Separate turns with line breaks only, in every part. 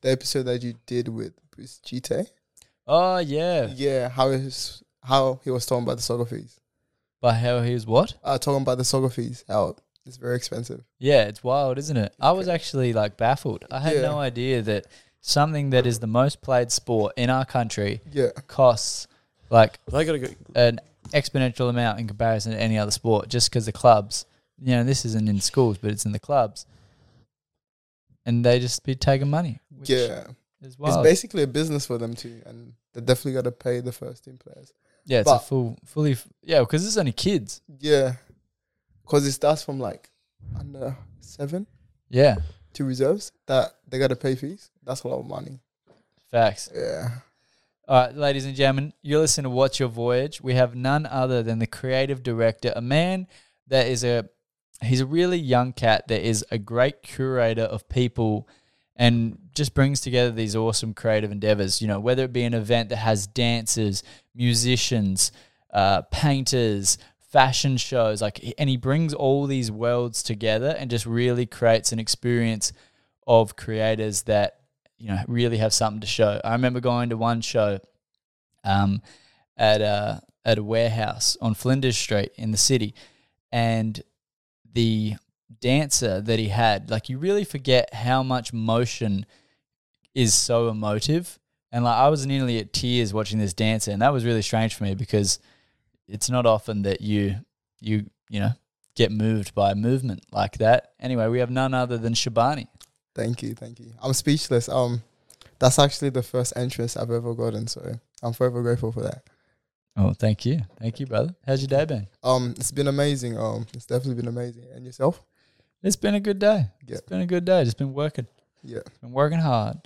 the episode that you did with Bruce Chite.
Oh yeah.
Yeah, how is how he was talking about the soccer fees.
But how he's what?
Uh, talking about the soccer fees, how it's very expensive.
Yeah, it's wild, isn't it? I was actually like baffled. I had
Yeah.
no idea that something that is the most played sport in our country
Yeah,
costs like
They got to go.
an exponential amount in comparison to any other sport just because the clubs, you know, this isn't in schools, but it's in the clubs. And they just be taking money. Which
yeah.
Is
It's
wild.
basically a business for them too, and they definitely got to pay the first team players.
yeah, it's a
but-
full, fully, f- yeah, because it's only kids.
Yeah, because it starts from like under seven
Yeah,
to reserves that they got to pay fees. That's a lot of money.
facts.
Yeah,
All right, ladies and gentlemen, you're listening to What's Your Voyage. We have none other than the creative director, a man that is a he's a really young cat that is a great curator of people and just brings together these awesome creative endeavors. You know, whether it be an event that has dancers, musicians, uh, painters, fashion shows, like and he brings all these worlds together and just really creates an experience of creators that you know really have something to show. I remember going to one show um, at a at a warehouse on Flinders Street in the city, and the dancer that he had, like you really forget how much motion is so emotive. And like I was nearly at tears watching this dancer, and that was really strange for me because it's not often that you you you know get moved by movement like that. Anyway, we have none other than Shabani.
thank you, thank you. I'm speechless. Um, that's actually the first entrance I've ever gotten, so I'm forever grateful for that.
Oh, thank you, thank you, brother. How's your day been?
Um, it's been amazing. Um, it's definitely been amazing. And yourself?
It's been a good day.
Yeah.
It's been a good day. Just been working.
Yeah.
Been working hard.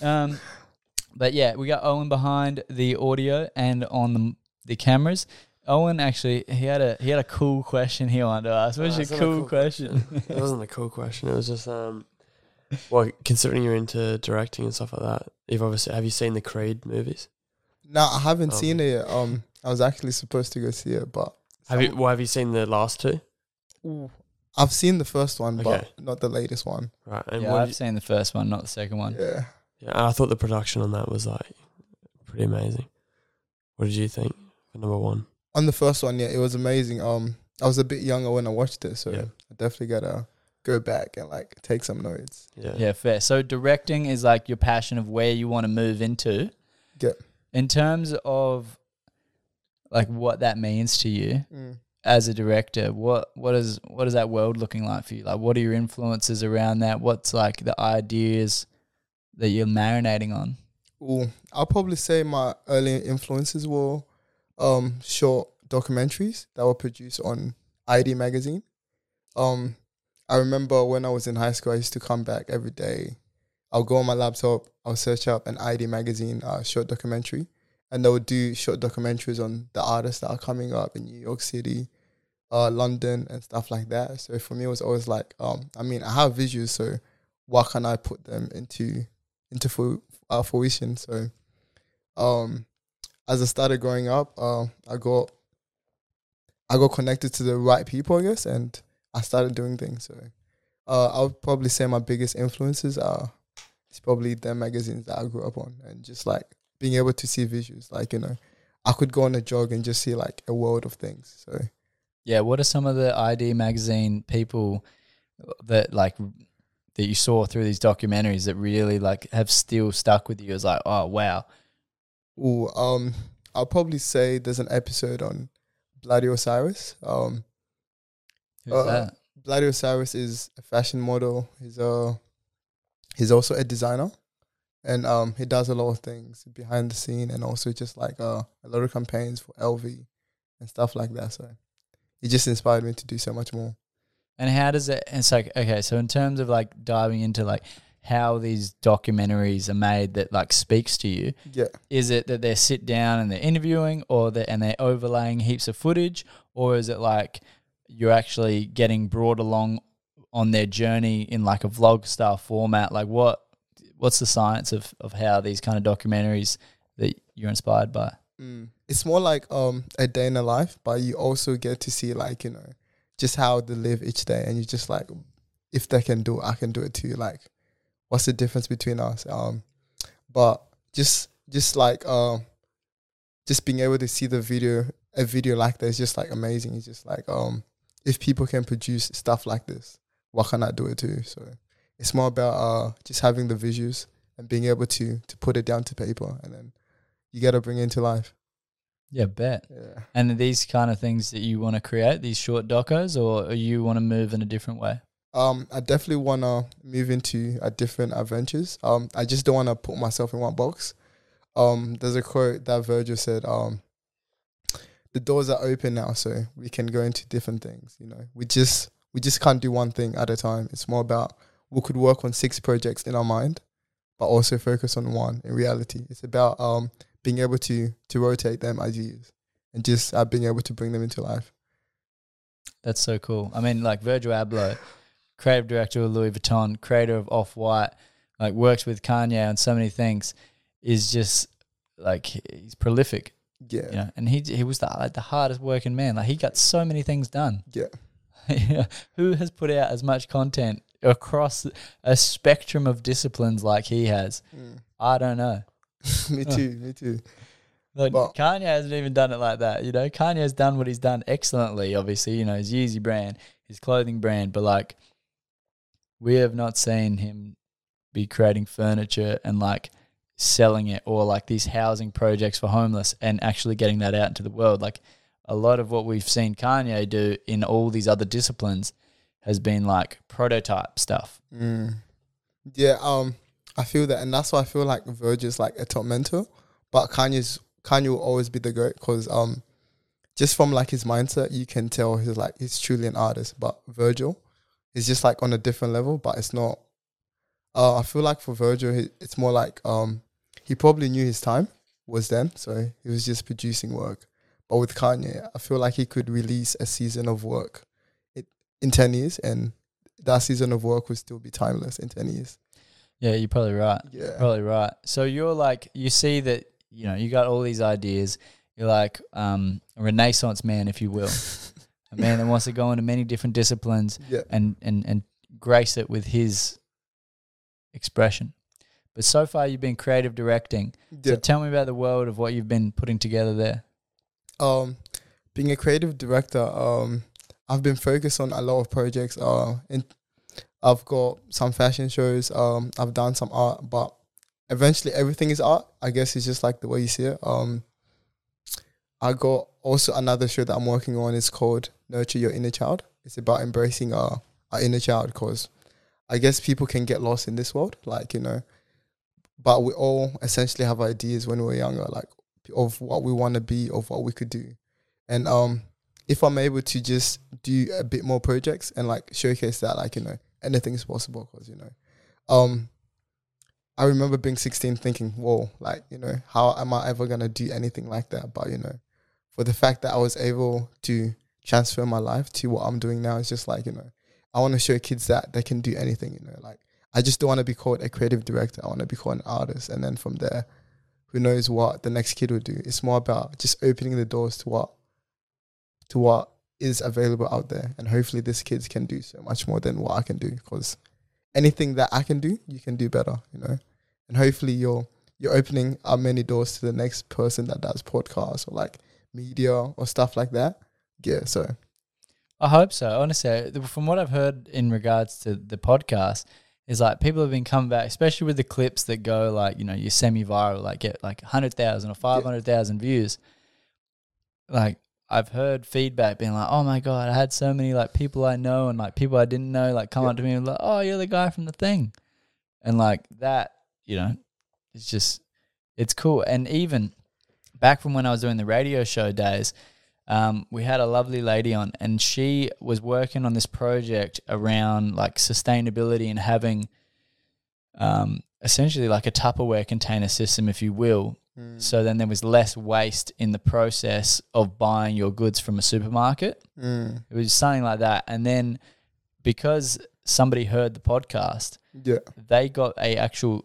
um, but yeah, we got Owen behind the audio and on the the cameras. Owen actually he had a he had a cool question he wanted to ask. What's
Uh,
your
it's not
cool,
a cool
question?
It wasn't a cool question. It was just um, well, considering you're into directing and stuff like that, you've obviously have you seen the Creed movies?
No, I haven't
Um,
seen it. Yet. Um, I was actually supposed to go see it, but
Have you? Well, have you seen the last two?
Ooh, I've seen the first one,
Okay.
but not the latest one.
Right. And
yeah,
what
I've
have you-
seen the first one, not the second one.
Yeah.
yeah, and I thought the production on that was like pretty amazing. What did you think for number one?
on the first one, yeah, it was amazing. Um, I was a bit younger when I watched it, so
Yeah.
I definitely gotta go back and like take some notes.
Yeah.
Yeah, fair. So directing is like your passion of where you want to move into.
Yeah.
In terms of like what that means to you,
Mm.
as a director, what what is what is that world looking like for you? Like, what are your influences around that? What's like the ideas that you're marinating on?
Ooh, I'll probably say my early influences were um short documentaries that were produced on ID magazine. Um, I remember when I was in high school, I used to come back every day. I'll go on my laptop, I'll search up an ID magazine uh, short documentary, and they'll do short documentaries on the artists that are coming up in New York City, uh, London, and stuff like that. So for me, it was always like, um, I mean, I have visuals, so why can't I put them into into fu- uh, fruition? So, um, as I started growing up, um, I got I got connected to the right people, I guess, and I started doing things. So, uh, I would probably say my biggest influences are it's probably the magazines that I grew up on, and just like being able to see visuals. Like you know, I could go on a jog and just see like a world of things. So,
Yeah, what are some of the ID magazine people that like that you saw through these documentaries that really like have still stuck with you as like, oh wow,
Ooh, um, I'll probably say there's an episode on Bloody Osiris. Um,
who's
Uh,
that?
Bloody Osiris is a fashion model. He's uh he's also a designer, and um, he does a lot of things behind the scene, and also just like uh, a lot of campaigns for LV and stuff like that. So it just inspired me to do so much more.
And how does it? It's like okay, so in terms of like diving into like how these documentaries are made that like speaks to you,
Yeah.
is it that they sit down and they're interviewing or that and they're overlaying heaps of footage or is it like you're actually getting brought along on their journey in like a vlog style format like what what's the science of, of how these kind of documentaries that you're inspired by
Mm. It's more like um a day in a life, but you also get to see like you know just how they live each day, and you're just like, if they can do, it, I can do it too. Like, what's the difference between us? Um, but just just like um, just being able to see the video, a video like that is just like amazing. It's just like um, if people can produce stuff like this, why can't I do it too? So it's more about uh, just having the visuals and being able to to put it down to paper, and then you got to bring it into life.
Yeah, bet.
Yeah.
And are these kind of things that you want to create, these short docos, or you want to move in a different way?
Um, I definitely want to move into a different adventures. Um, I just don't want to put myself in one box. Um, there's a quote that Virgil said. Um, the doors are open now, so we can go into different things. You know, we just we just can't do one thing at a time. It's more about we could work on six projects in our mind, but also focus on one in reality. It's about um being able to to rotate them as you use, and just uh, being able to bring them into life.
That's so cool. I mean, like Virgil Abloh, creative director of Louis Vuitton, creator of Off White, like works with Kanye on so many things, is just like he's prolific,
Yeah,
you know. And he he was the like the hardest working man. Like he got so many things done.
Yeah.
Yeah. Who has put out as much content across a spectrum of disciplines like he has?
Mm.
I don't know.
me too, me too.
Like
But-
Kanye hasn't even done it like that, you know. Kanye's done what he's done excellently, obviously, you know, his Yeezy brand, his clothing brand, but like we have not seen him be creating furniture and like selling it or like these housing projects for homeless and actually getting that out into the world. Like a lot of what we've seen Kanye do in all these other disciplines has been like prototype stuff.
Mm. Yeah, um, I feel that, and that's why I feel like Virgil's like a top mentor, but Kanye's Kanye will always be the goat because um, just from like his mindset, you can tell he's like he's truly an artist. But Virgil is just like on a different level, but it's not. Uh, I feel like for Virgil, he, it's more like um, he probably knew his time was then, so he was just producing work. But with Kanye, I feel like he could release a season of work it, in ten years, and that season of work will still be timeless in 10 years.
Yeah, you're probably right.
Yeah.
Probably right. So you're like, you see that, you know, you got all these ideas. You're like um, a renaissance man, if you will, a man that wants to go into many different disciplines
Yeah.
and, and, and grace it with his expression. But so far, you've been creative directing.
Yeah.
So tell me about the world of what you've been putting together there.
um being a creative director um i've been focused on a lot of projects uh and i've got some fashion shows um i've done some art but eventually everything is art i guess it's just like the way you see it um i got also another show that i'm working on it's called nurture your inner child it's about embracing our our inner child because i guess people can get lost in this world like you know but we all essentially have ideas when we we're younger like of what we want to be, of what we could do. And um, if I'm able to just do a bit more projects and like showcase that, like you know, anything's possible. Cause you know, um, I remember being 16, thinking, "Whoa, like you know, how am I ever gonna do anything like that?" But you know, for the fact that I was able to transfer my life to what I'm doing now, it's just like you know, I want to show kids that they can do anything. You know, like I just don't want to be called a creative director. I want to be called an artist, and then from there, who knows what the next kid will do. It's more about just opening the doors to what to what is available out there, and hopefully this kids can do so much more than what I can do. Because anything that I can do, you can do better, you know. And hopefully you're you're opening up many doors to the next person that does podcasts or like media or stuff like that. Yeah, so
I hope so. Honestly, th- from what I've heard in regards to the podcast, is like people have been coming back, especially with the clips that go like you know you're semi viral, like get like hundred thousand or five hundred thousand views. Like I've heard feedback being like, "Oh my god, I had so many like people I know and like people I didn't know like come
Yeah.
up to me and like, oh, you're the guy from the thing," and like that, you know, it's just it's cool. And even back from when I was doing the radio show days, um, we had a lovely lady on, and she was working on this project around like sustainability and having um, essentially like a Tupperware container system, if you will.
Mm.
So then there was less waste in the process of buying your goods from a supermarket.
mm,
It was something like that. And then because somebody heard the podcast,
yeah,
they got a actual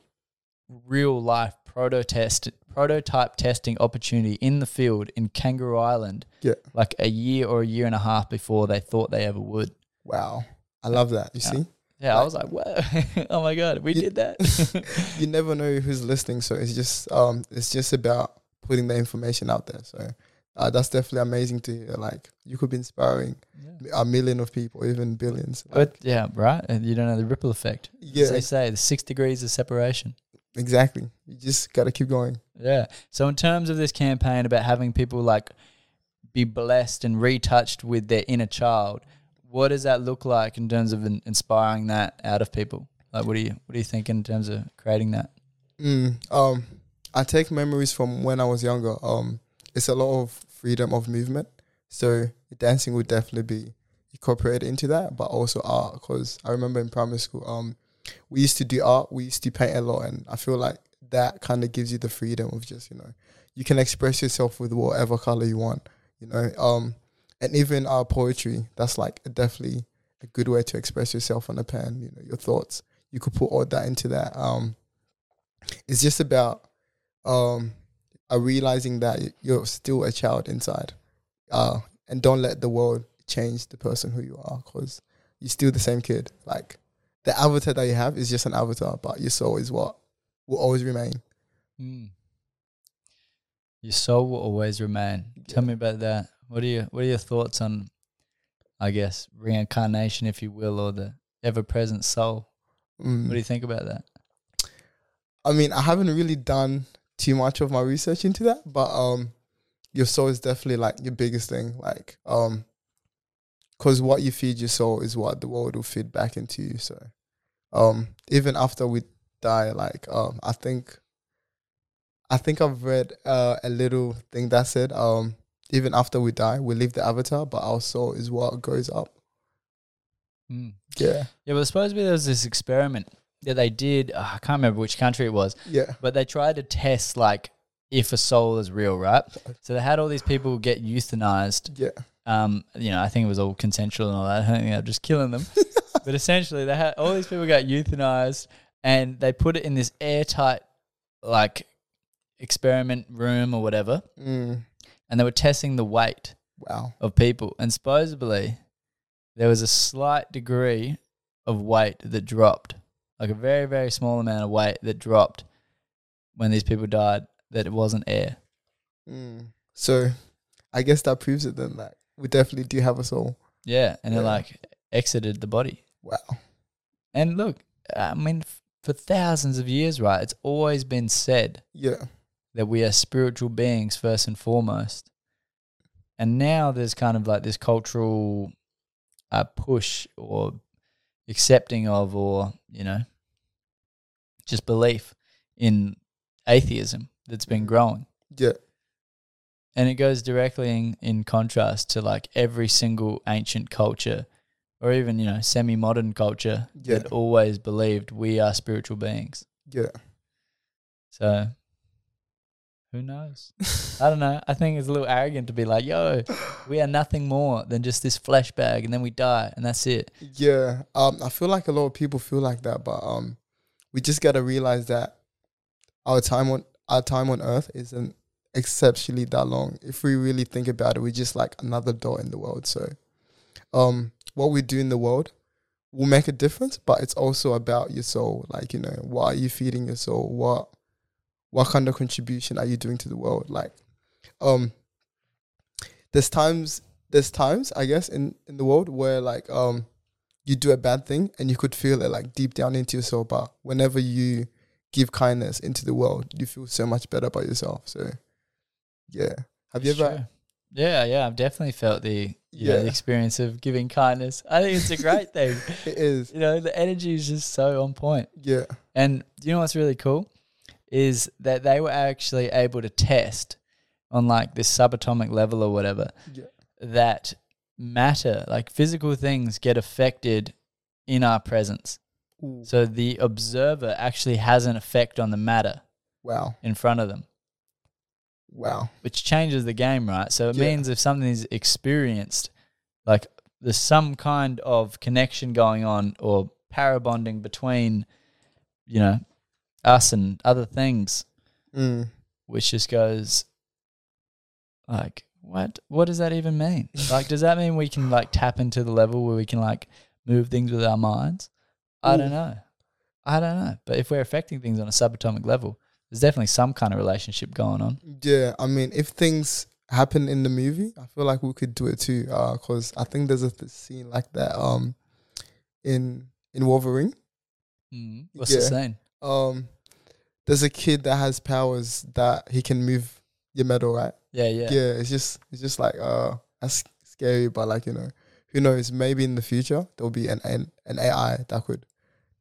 real life prototest prototype testing opportunity in the field in Kangaroo Island.
Yeah.
Like a year or a year and a half before they thought they ever would.
wow, I love that. You
Yeah.
see,
Yeah, I was like, whoa, oh my god, we
You-
did that.
you never know who's listening, so it's just um, it's just about putting the information out there. So uh, that's definitely amazing to hear. Like you could be inspiring
Yeah.
a million of people, even billions.
But yeah, right. And you don't know the ripple effect.
yeah,
As they say, the six degrees of separation.
exactly. You just gotta keep going.
Yeah. So in terms of this campaign about having people like be blessed and retouched with their inner child, what does that look like in terms of in- inspiring that out of people? Like, what do you what do you think in terms of creating that?
Mm, um, I take memories from when I was younger. Um, it's a lot of freedom of movement, so dancing would definitely be incorporated into that, but also art because I remember in primary school, um, we used to do art, we used to paint a lot, and I feel like that kind of gives you the freedom of just you know you can express yourself with whatever color you want, you know. Um, and even our poetry, that's like definitely a good way to express yourself on a pen. You know, your thoughts. You could put all that into that. Um, it's just about um uh, realizing that y- you're still a child inside uh and don't let the world change the person who you are because you're still the same kid like the avatar that you have is just an avatar but your soul is what will always remain
Mm. Your soul will always remain. Tell
Yeah.
me about that. What are your What are your thoughts on, I guess, reincarnation, if you will, or the ever present soul?
Mm.
What do you think about that?
i mean i haven't really done too much of my research into that but um your soul is definitely like your biggest thing like um because what you feed your soul is what the world will feed back into you so um even after we die like um i think i think i've read uh, a little thing that said um even after we die we leave the avatar but our soul is what goes up
Mm.
yeah
Yeah, well, supposedly there was this experiment that they did. ah, I can't remember which country it was,
yeah
but they tried to test like if a soul is real, right? So they had all these people get euthanized
yeah
um, you know, I think it was all consensual and all that. I think they were just killing them. but essentially, they had all these people got euthanized, and they put it in this airtight, like, experiment room or whatever,
mm,
and they were testing the weight
wow
of people, and supposedly there was a slight degree of weight that dropped, like a very very small amount of weight that dropped when these people died. That it wasn't air.
mm. so i guess that proves it then that we definitely do have a soul
Yeah, and it
Yeah.
like exited the body.
wow
And look, I mean, f- for thousands of years, right? It's always been said
yeah
that we are spiritual beings first and foremost. And now there's kind of like this cultural uh, push or accepting of, or, you know, just belief in atheism that's been growing.
yeah
And it goes directly in, in contrast to like every single ancient culture or even, you know, semi modern culture
Yeah.
that always believed we are spiritual beings.
yeah
So who knows? I don't know. I think it's a little arrogant to be like, yo, we are nothing more than just this flesh bag and then we die and that's it.
Yeah, um, I feel like a lot of people feel like that, but um, we just gotta realize that our time on our time on Earth isn't exceptionally that long. If we really think about it, we're just like another dot in the world. So, um, what we do in the world will make a difference, but it's also about your soul. Like you know, what are you feeding your soul? What what kind of contribution are you doing to the world? Like, um, there's times there's times I guess in in the world where like um you do a bad thing and you could feel it like deep down into yourself. But whenever you give kindness into the world, you feel so much better about yourself. So, yeah. Have you
It's
ever?
true. Yeah, yeah. I've definitely felt the you know, the
Yeah.
experience of giving kindness. I think it's a great thing.
It is.
You know, the energy is just so on point.
Yeah.
And do you know what's really cool? Is that they were actually able to test on like this subatomic level or whatever
Yeah.
that matter, like physical things, get affected in our presence.
Ooh,
So the observer actually has an effect on the matter
wow.
in front of them,
Wow.
which changes the game, right? So it
Yeah.
means if something is experienced, like there's some kind of connection going on or parabonding between, you know, us and other things.
Mm.
which just goes like what what does that even mean like does that mean we can like tap into the level where we can like move things with our minds I don't know. I don't know. But if we're affecting things on a subatomic level, there's definitely some kind of relationship going on.
Yeah, I mean, if things happen in the movie, I feel like we could do it too. Because I think there's a th- scene like that um, in in Wolverine.
Mm. What's the
Yeah.
saying?
Um, there's a kid that has powers that he can move your metal, right?
Yeah, yeah.
Yeah. it's just it's just like uh, that's scary, but like you know, who knows? Maybe in the future there'll be an an, an AI that could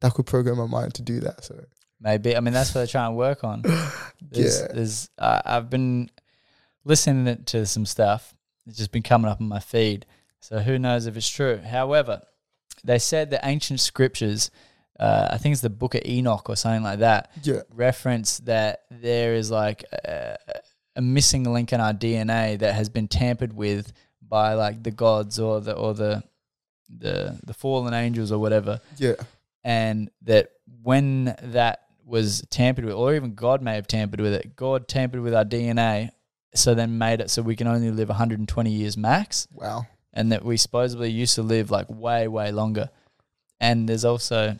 that could program my mind to do that. So
Maybe. I mean, that's what they're trying to work on. There's,
Yeah.
there's, uh, I've been listening to some stuff. It's just been coming up on my feed. So who knows if it's true. However, they said the ancient scriptures, uh, I think it's the book of Enoch or something like that,
yeah,
reference that there is like a, a missing link in our DNA that has been tampered with by like the gods or the or the the the fallen angels or whatever,
yeah,
and that when that was tampered with, or even God may have tampered with it, God tampered with our DNA, so then made it so we can only live 120 years max,
wow,
and that we supposedly used to live like way way longer, and there's also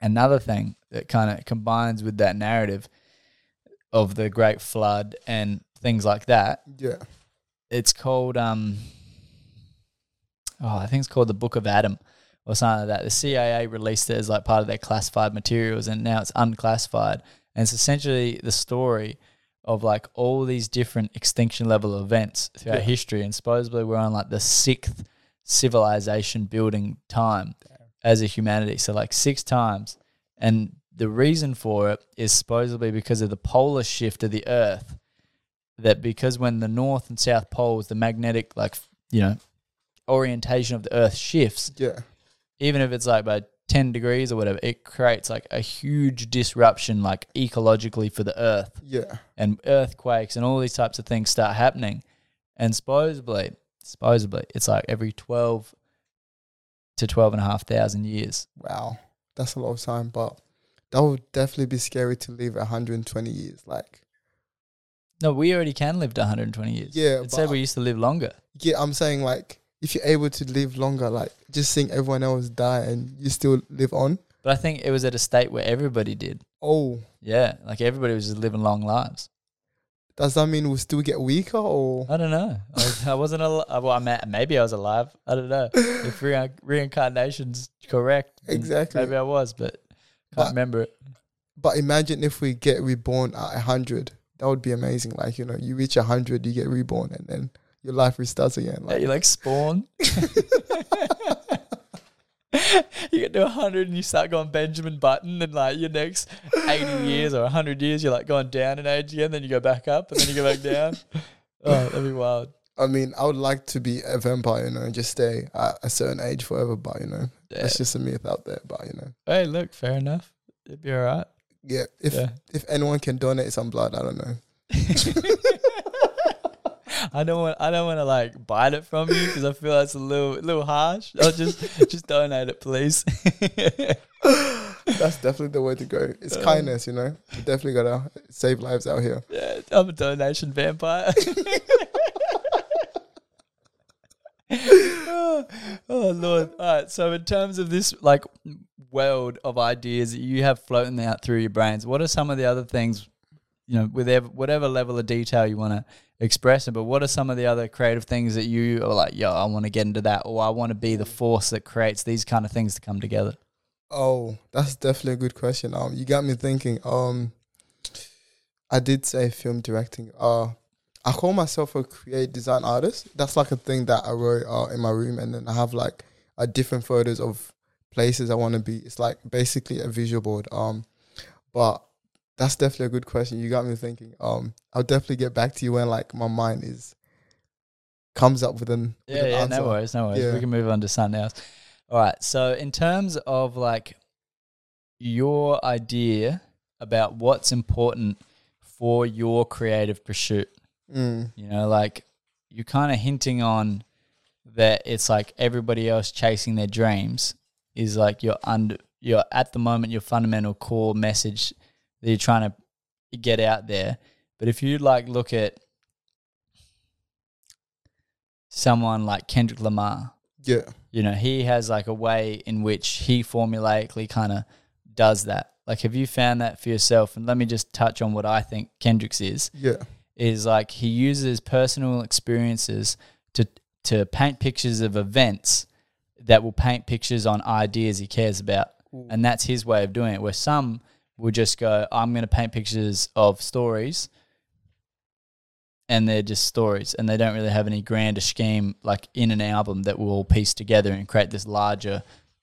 another thing that kind of combines with that narrative of the great flood and things like that.
yeah,
It's called um oh, I think it's called the Book of Adam or something like that. The CIA released it as like part of their classified materials and now it's unclassified. And it's essentially the story of like all these different extinction level events throughout
Yeah.
history and supposedly we're on like the sixth civilization building time as a humanity. So like six times. And the reason for it is supposedly because of the polar shift of the earth. That because when the north and south poles, the magnetic like you know orientation of the earth shifts,
yeah,
even if it's like by 10 degrees or whatever, it creates like a huge disruption like ecologically for the earth
yeah,
and earthquakes and all these types of things start happening. And supposedly, supposedly, it's like every 12 to 12 and a half thousand years.
wow, that's a lot of time, but that would definitely be scary to live 120 years. Like,
No, we already can live to 120 years.
Yeah,
It said
but-
we used to live longer.
yeah, I'm saying like if you're able to live longer, like just seeing everyone else die and you still live on.
But I think it was at a state where everybody did.
Oh,
Yeah. Like everybody was just living long lives.
does that mean we'll still get weaker or?
I don't know. I, was, I wasn't alive. Well, I mean, maybe I was alive. I don't know. If re- reincarnation's correct, then
Exactly.
Maybe I was, but can't
But-
remember it.
But imagine if we get reborn at 100. That would be amazing. Like, you know, you reach 100, you get reborn, and then your life restarts again.
Yeah,
Like,
you like spawn. you get to 100 and you start going Benjamin Button, and like your next 80 years or 100 years, you're like going down in age again, then you go back up, and then you go back down. Oh, that'd be wild.
I mean, I would like to be a vampire, you know, and just stay at a certain age forever, but, you know,
Yeah.
that's just a myth out there. But, you know,
Hey, look, fair enough. It'd be all right.
yeah, if
Yeah.
if anyone can donate some blood, I don't know.
I don't want. I don't want to like bite it from you because I feel that's a little, little harsh. I'll just, just donate it, please.
That's definitely the way to go. It's
Uh.
kindness, you know. You definitely gotta save lives out here.
Yeah, Uh, I'm a donation vampire. oh, oh, Lord. All right. So, in terms of this like world of ideas that you have floating out through your brains, what are some of the other things, you know, with ev- whatever level of detail you want to express it, but what are some of the other creative things that you are like, yo, I want to get into that, or I want to be the force that creates these kind of things to come together?
Oh, that's definitely a good question. Um, you got me thinking. Um, I did say film directing. Uh, I call myself a create design artist. That's like a thing that I wrote uh, in my room, and then I have like uh, different photos of places I want to be. It's like basically a visual board. Um, but that's definitely a good question. You got me thinking. Um, I'll definitely get back to you when like my mind is comes up with an with
Yeah,
an
yeah,
answer.
no worries, no worries.
Yeah.
We can move on to something else. All right. So in terms of like your idea about what's important for your creative pursuit,
Mm,
you know, like you're kind of hinting on that it's like everybody else chasing their dreams is like your under your at the moment your fundamental core message that you're trying to get out there. But if you like look at someone like Kendrick Lamar,
Yeah.
you know he has like a way in which he formulaically kind of does that like have you found that for yourself and let me just touch on what i think kendrick's is
Yeah.
is like he uses personal experiences to to paint pictures of events that will paint pictures on ideas he cares about and that's his way of doing it where some will just go i'm going to paint pictures of stories and they're just stories and they don't really have any grander scheme like in an album that will all piece together and create this larger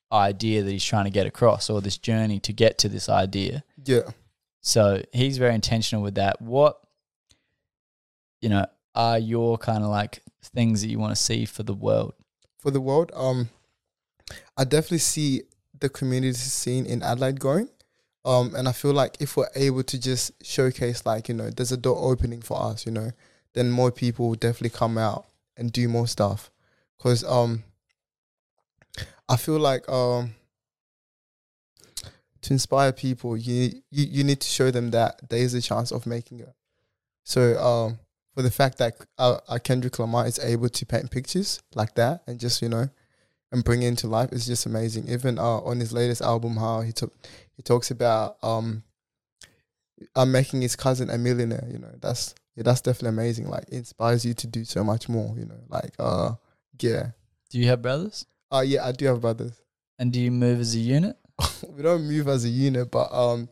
idea that he's trying to get across or this journey to get to this idea
Yeah.
so he's very intentional with that. What, you know, are your kind of like things that you want to see for the world?
For the world, um, I definitely see the community scene in Adelaide growing. Um, and I feel like if we're able to just showcase, like, you know, there's a door opening for us, you know, then more people will definitely come out and do more stuff. Cause, um, I feel like, um, to inspire people, you, you, you need to show them that there is a chance of making it. So, um, for the fact that uh, uh, Kendrick Lamar is able to paint pictures like that and just, you know, and bring it into life is just amazing. Even uh, on his latest album, how he took he talks about um uh, making his cousin a millionaire. You know, that's yeah, that's definitely amazing. Like, inspires you to do so much more. You know, like uh, yeah,
Do you have brothers?
uh, yeah, I do have brothers.
And do you move as a unit?
we don't move as a unit, but um,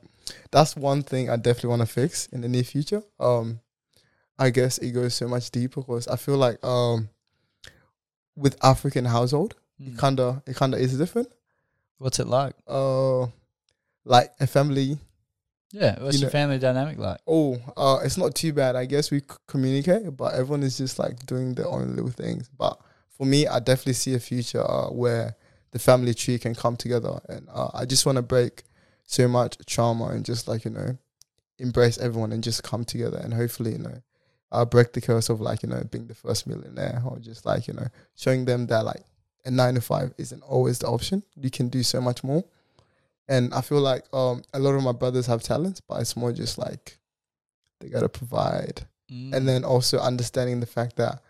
that's one thing I definitely want to fix in the near future. Um, I guess it goes so much deeper because I feel like um, with African household,
Mm.
it kinda it kinda is different.
What's it like?
Uh, like a family.
Yeah, what's
You
your
know-
family dynamic like?
Oh, uh, it's not too bad. I guess we c- communicate, but everyone is just like doing their own little things. But for me, I definitely see a future uh, where the family tree can come together, and uh, I just want to break so much trauma and just like you know embrace everyone and just come together and hopefully you know uh, break the curse of like you know being the first millionaire or just like you know showing them that like a nine to five isn't always the option you can do so much more and i feel like um a lot of my brothers have talents but it's more just like they gotta provide
Mm.
and then also understanding the fact that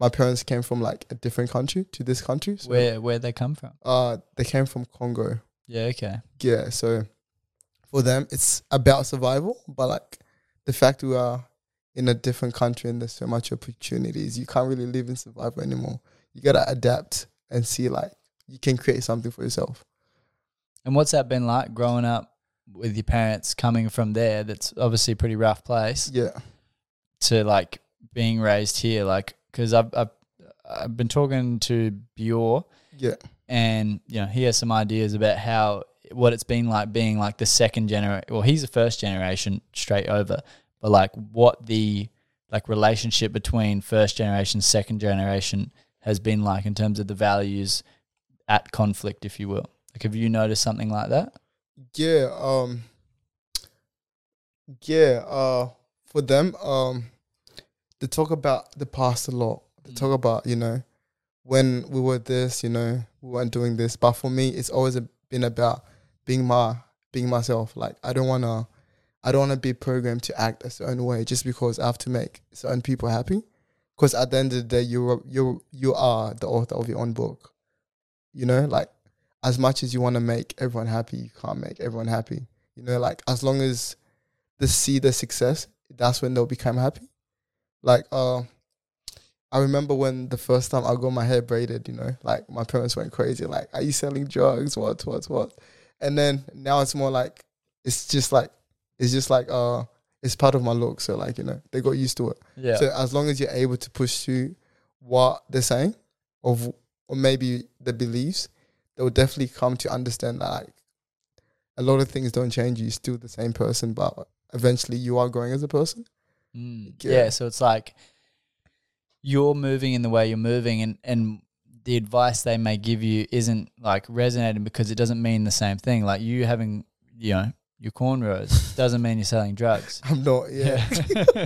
my parents came from like a different country to this country so
where where they come from?
uh they came from congo
Yeah, okay.
yeah, so for them, it's about survival, but like the fact we are in a different country and there's so much opportunities, you can't really live in survival anymore. You gotta adapt and see like you can create something for yourself.
And what's that been like growing up with your parents coming from there? That's obviously a pretty rough place.
Yeah,
to like being raised here, like because I've, I've I've been talking to Bior,
Yeah.
and you know he has some ideas about how what it's been like being like the second generation. Well, he's the first generation straight over, but like what the like relationship between first generation, second generation has been like in terms of the values at conflict, if you will. Like, have you noticed something like that?
yeah, um, yeah. Uh, for them, um, they talk about the past a lot. They talk about you know when we were this, you know, we weren't doing this. But for me, it's always a- been about being my being myself. Like I don't wanna, I don't wanna be programmed to act a certain way just because I have to make certain people happy. Because at the end of the day, you you you are the author of your own book. You know, like as much as you wanna make everyone happy, you can't make everyone happy. You know, like as long as they see the success, that's when they'll become happy. Like uh. I remember when the first time I got my hair braided, you know, like my parents went crazy, like, are you selling drugs? What, what, what? And then now it's more like, it's just like, it's just like, uh, it's part of my look. So, like, you know, they got used to it.
Yeah,
So, as long as you're able to push through what they're saying, of, or maybe the beliefs, they will definitely come to understand that, like, a lot of things don't change. You're still the same person, but eventually you are growing as a person.
Mm,
Yeah.
yeah. so it's like you're moving in the way you're moving, and and the advice they may give you isn't like resonating because it doesn't mean the same thing. Like you having, you know, your cornrows doesn't mean you're selling drugs.
I'm not, yeah.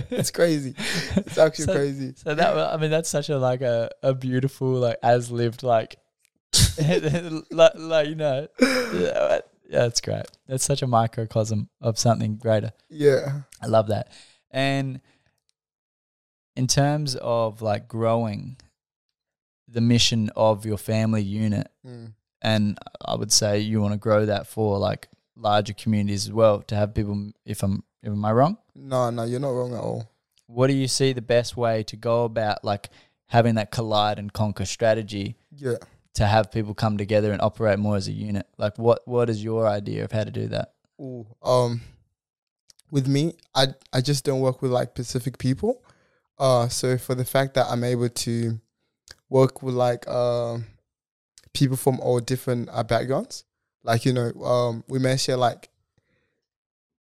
it's crazy. It's actually
So-
crazy.
So that wa- I mean, that's such a like a a beautiful like as lived like like, like you know yeah, that's great. That's such a microcosm of something greater.
Yeah.
I love that. And in terms of like growing, the mission of your family unit.
Mm.
And I would say you want to grow that for like larger communities as well to have people. If I'm, am I wrong?
No, no, you're not wrong at all.
What do you see the best way to go about like having that collide and conquer strategy
Yeah.
to have people come together and operate more as a unit? Like, what what is your idea of how to do that?
Ooh, um, with me, I I just don't work with like specific people. Uh, so for the fact that I'm able to work with like um people from all different uh, backgrounds, like you know, um, we may share like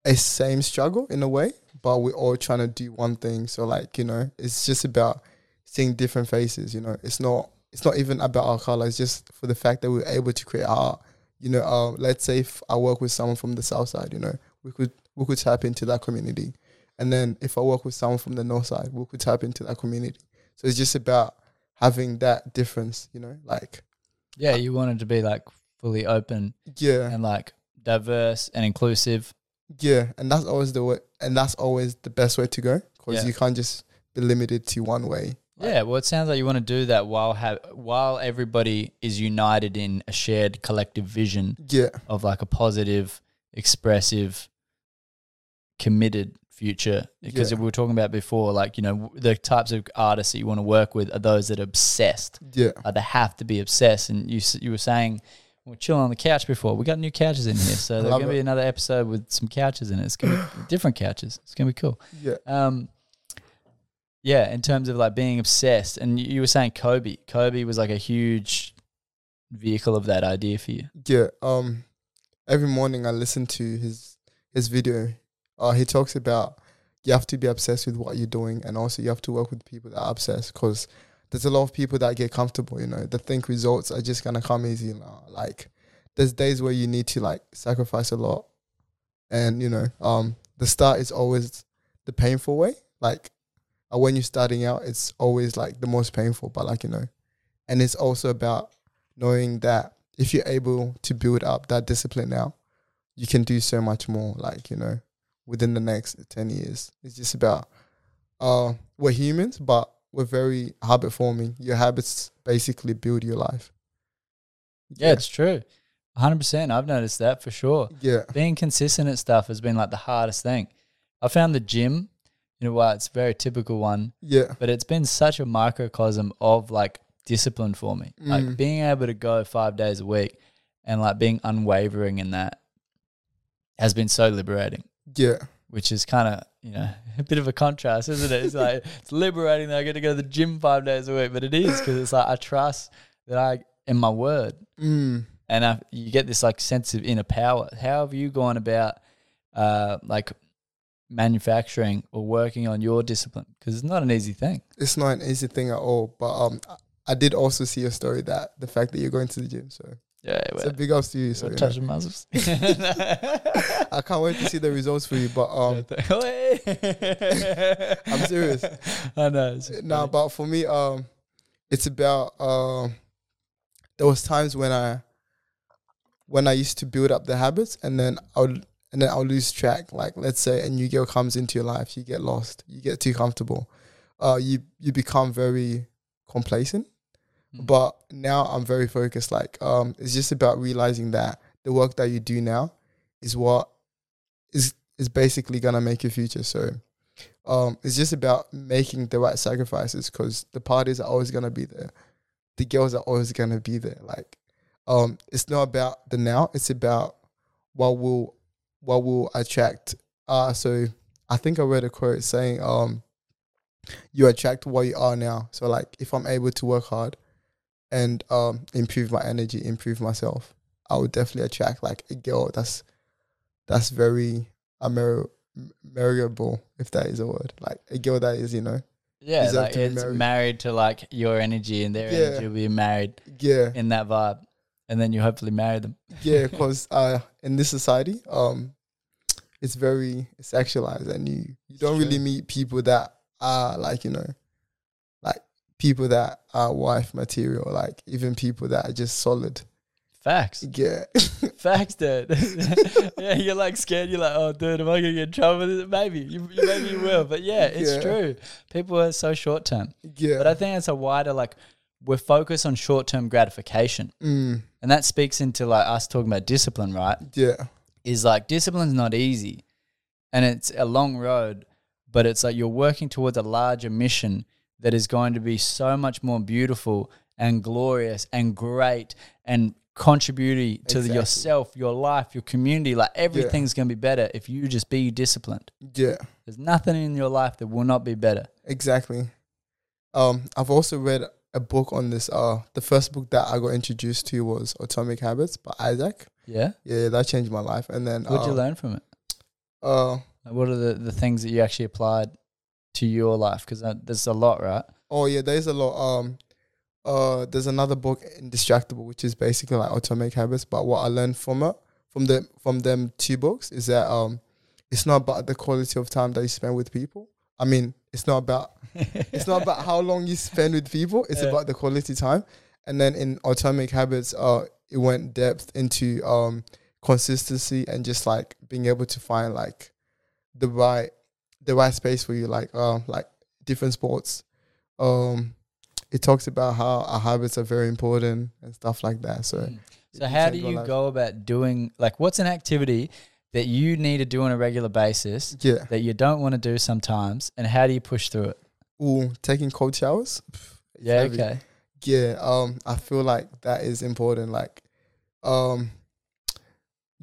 a same struggle in a way, but we're all trying to do one thing. So like you know, it's just about seeing different faces. You know, it's not it's not even about our color. It's just for the fact that we're able to create our you know, um, let's say if I work with someone from the south side, you know, we could we could tap into that community, and then if I work with someone from the north side, we could tap into that community. So it's just about having that difference, you know, like
Yeah, you wanted to be like fully open
yeah,
and like diverse and inclusive.
yeah, and that's always the way, and that's always the best way to go because
Yeah.
you can't just be limited to one way.
Yeah, well, it sounds like you want to do that while have while everybody is united in a shared collective vision
Yeah,
of like a positive, expressive, committed future. Because
Yeah.
we were talking about before, like you know, w- the types of artists that you want to work with are those that are obsessed.
yeah,
Like they have to be obsessed. And you s- you were saying we we're chilling on the couch before. We got new couches in here, so there's
Love
gonna be
it.
another episode with some couches in it. It's gonna be different couches. It's gonna be cool
yeah,
um yeah in terms of like being obsessed and you, you were saying kobe kobe was like a huge vehicle of that idea for you
yeah. Um, every morning I listen to his his video. Uh, he talks about you have to be obsessed with what you're doing, and also you have to work with people that are obsessed because there's a lot of people that get comfortable. You know, they think results are just gonna come easy. Now. Like, there's days where you need to like sacrifice a lot, and you know, um, the start is always the painful way. Like, uh, when you're starting out, it's always like the most painful. But like you know, and it's also about knowing that if you're able to build up that discipline now, you can do so much more. Like you know, within the next 10 years. It's just about uh we're humans, but we're very habit forming. Your habits basically build your life.
yeah, it's true 100% i've noticed that for sure
Yeah.
being consistent at stuff has been like the hardest thing i found the gym in a way it's a very typical one
Yeah.
but it's been such a microcosm of like discipline for me like
Mm.
being able to go five days a week and like being unwavering in that has been so liberating
Yeah.
which is kind of you know a bit of a contrast, isn't it? It's like it's liberating that I get to go to the gym five days a week, but it is because it's like I trust that I am my word,
Mm.
and I, you get this like sense of inner power. How have you gone about uh, like manufacturing or working on your discipline? Because it's not an easy thing.
It's not an easy thing at all. But um I- I did also see your story that the fact that you're going to the gym. So
Yeah,
it's a big ups to you. So you know.
touch the muscles.
I can't wait to see the results for you. But um
I'm
serious.
I know. it's
No, but for me, um, it's about um, there was times when I when I used to build up the habits, and then I would and then I'll lose track. Like let's say a new girl comes into your life, you get lost, you get too comfortable, uh, you you become very complacent.
Mm.
But now I'm very focused. Like um, it's just about realizing that the work that you do now is what is is basically gonna make your future. So um, it's just about making the right sacrifices because the parties are always gonna be there, the girls are always gonna be there. Like, um, it's not about the now; it's about what will what will attract. Uh, so I think I read a quote saying, um, "You attract what you are now." So like, if I'm able to work hard and um, improve my energy, improve myself, I would definitely attract like a girl that's that's very Ameri- marriable, if that is a word. Like a girl that is, you know,
Yeah,
Deserve
like
to be
it's married.
married.
to like your energy and their
Yeah.
energy will be married
yeah,
in that vibe, and then you hopefully marry them.
yeah. Because uh, in this society, um, it's very sexualized, and you you don't really
True.
meet people that are like you know, like people that are wife material, like even people that are just solid.
Facts,
Yeah,
facts, dude. yeah, you're like scared. You're like, oh, dude, am I gonna get in trouble? with it?" Maybe, you, you- maybe you will. But yeah, it's
Yeah.
true. People are so short term,
yeah,
but I think it's a wider like we're focused on short term gratification.
Mm,
And that speaks into like us talking about discipline, right?
yeah.
Is like discipline's not easy and it's a long road, but it's like you're working towards a larger mission that is going to be so much more beautiful and glorious and great and contributing to
Exactly.
yourself, your life, your community. Like everything's going to be better if you just be disciplined.
Yeah.
There's nothing in your life that will not be better.
Exactly. Um, I've also read a book on this. Uh, the first book that I got introduced to was Atomic Habits by Isaac.
Yeah.
Yeah, that changed my life. And then,
What'd you
uh,
learn from it?
Uh,
Like, What are the, the things that you actually applied to your life? Because there's a lot, right?
oh yeah, there's a lot. Um, uh, there's another book, Indistractable, which is basically like Atomic Habits. But what I learned from it, from the from them two books, is that um, it's not about the quality of time that you spend with people. I mean, it's not about it's not about how long you spend with people. It's
Yeah.
about the quality time. And then in Atomic Habits, uh, it went depth into um consistency and just like being able to find like the right the right space for you, like um like different sports. Um, it talks about how our habits are very important and stuff like that. So
Mm. So
it
how do
changed my
you
life.
go about doing like what's an activity that you need to do on a regular basis
Yeah.
that you don't want to do sometimes, and how do you push through it?
Ooh, taking cold showers. Pff, it's
Yeah.
heavy.
Okay.
yeah um i feel like that is important like um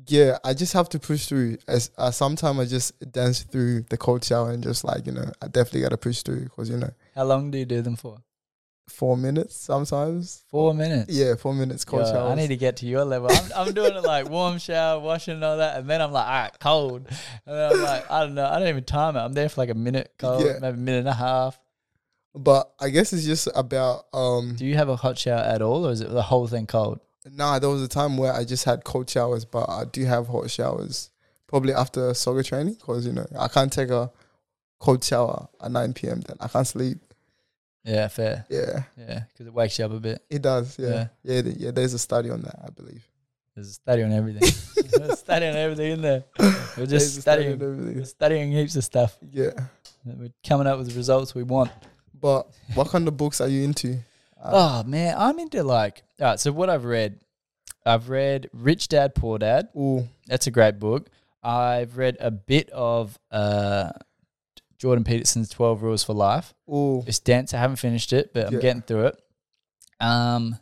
yeah i just have to push through as uh, sometimes i just dance through the cold shower and just like you know i definitely gotta push through because you know
How long do you do them for?
four minutes sometimes
Four minutes.
yeah four minutes cold
Yo,
shower
I need to get to your level. I'm, I'm doing it like warm shower, washing and all that, and then I'm like, all right, cold. And then I'm like, I don't know, I don't even time it. I'm there for like a minute cold,
Yeah.
maybe a minute and a half.
but i guess it's just about um
Do you have a hot shower at all, or is it the whole thing cold?
nah there was a time where i just had cold showers but i do have hot showers probably after soccer training because you know i can't take a cold shower at 9 p.m then i can't sleep
Yeah, fair.
yeah
Yeah, because it wakes you up a bit.
It does, yeah.
Yeah.
Yeah, th- yeah, there's a study on that, I believe.
There's a study on everything. There's a study on everything in there. We're
There's
just
a study on
studying. We're
everything.
studying heaps of stuff.
Yeah.
We're coming up with the results we want.
But what kind of books are you into? Uh,
Oh man, I'm into like. All right, so what I've read, I've read Rich Dad Poor Dad.
ooh,
That's a great book. I've read a bit of uh, Jordan Peterson's 12 Rules for Life.
ooh.
It's dense. I haven't finished it, but I'm
Yeah.
getting through it. Um,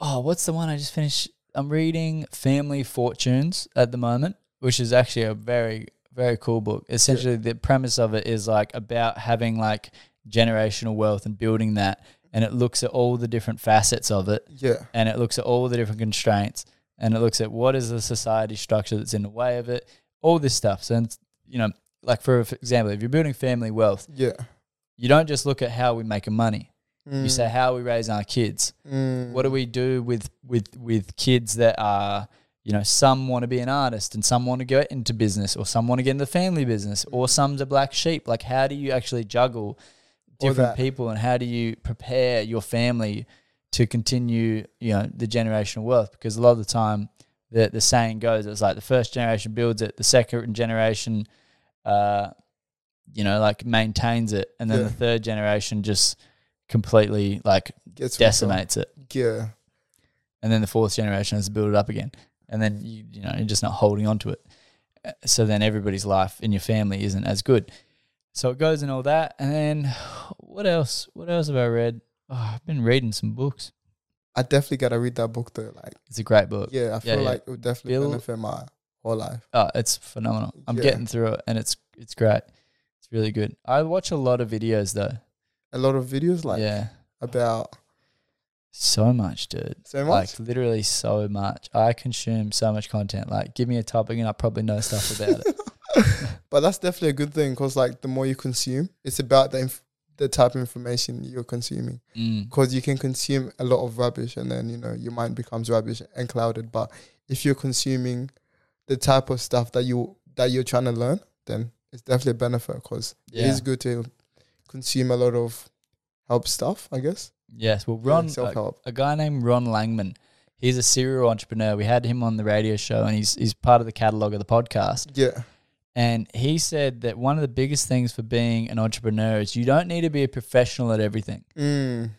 oh, what's the one I just finished? I'm reading Family Fortunes at the moment, which is actually a very, very cool book. Essentially, the premise of it is like about having like generational wealth and building that. And it looks at all the different facets of it
Yeah.
and it looks at all the different constraints and it looks at what is the society structure that's in the way of it, all this stuff. So, it's, you know, like for example, if you're building family wealth,
Yeah.
you don't just look at how we make money. You
Mm,
say how we raise our kids.
mm,
What do we do with with with kids that are, you know, some want to be an artist and some want to go into business or some want to get into the family business or some's a black sheep. Like how do you actually juggle
All that.
different people and how do you prepare your family to continue, you know, the generational wealth? Because a lot of the time the the saying goes, it's like the first generation builds it, the second generation uh you know, like maintains it, and then
Yeah.
the third generation just completely like
gets rid of?
decimates it,
Yeah.
and then the fourth generation has to build it up again, and then you you know you're just not holding on to it. Uh, So then everybody's life in your family isn't as good. So it goes and all that, and then what else? What else have I read? Oh, I've been reading some books.
I definitely gotta read that book though. Like,
It's a great book.
yeah, I
Yeah,
feel
yeah.
like it would definitely
Bill-
benefit my whole life.
Oh, it's phenomenal. I'm
Yeah.
getting through it, and it's it's great. It's really good. I watch a lot of videos though.
A lot of videos like
yeah,
about
so much, dude.
so much.
Like literally so much. I consume so much content. Like give me a topic and I probably know stuff about it.
but that's definitely a good thing because like the more you consume, it's about the inf- the type of information you're consuming.
Mm.
because you can consume a lot of rubbish and then you know your mind becomes rubbish and clouded but if you're consuming the type of stuff that you that you're trying to learn then it's definitely a benefit because it
Yeah.
is good to consume a lot of help stuff i guess
Yes. Well,
Yeah,
Ron, uh, a,
self-help
a guy named Ron Langman, he's a serial entrepreneur. We had him on the radio show and he's, he's part of the catalog of the podcast.
yeah
And he said that one of the biggest things for being an entrepreneur is you don't need to be a professional at everything.
mm.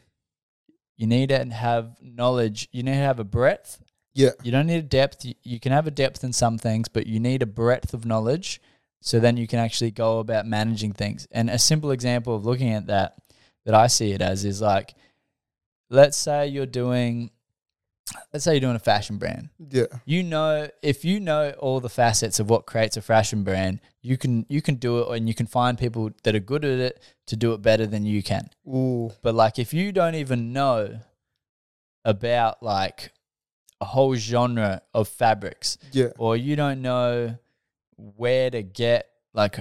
You need to have knowledge. You need to have a breadth.
Yeah.
You don't need a depth. You, you can have a depth in some things, but you need a breadth of knowledge. So then you can actually go about managing things. And a simple example of looking at that, that I see it as, is like, let's say you're doing, let's say you're doing a fashion brand
Yeah.
you know if you know all the facets of what creates a fashion brand you can you can do it and you can find people that are good at it to do it better than you can
Ooh.
but like if you don't even know about like a whole genre of fabrics
Yeah.
or you don't know where to get like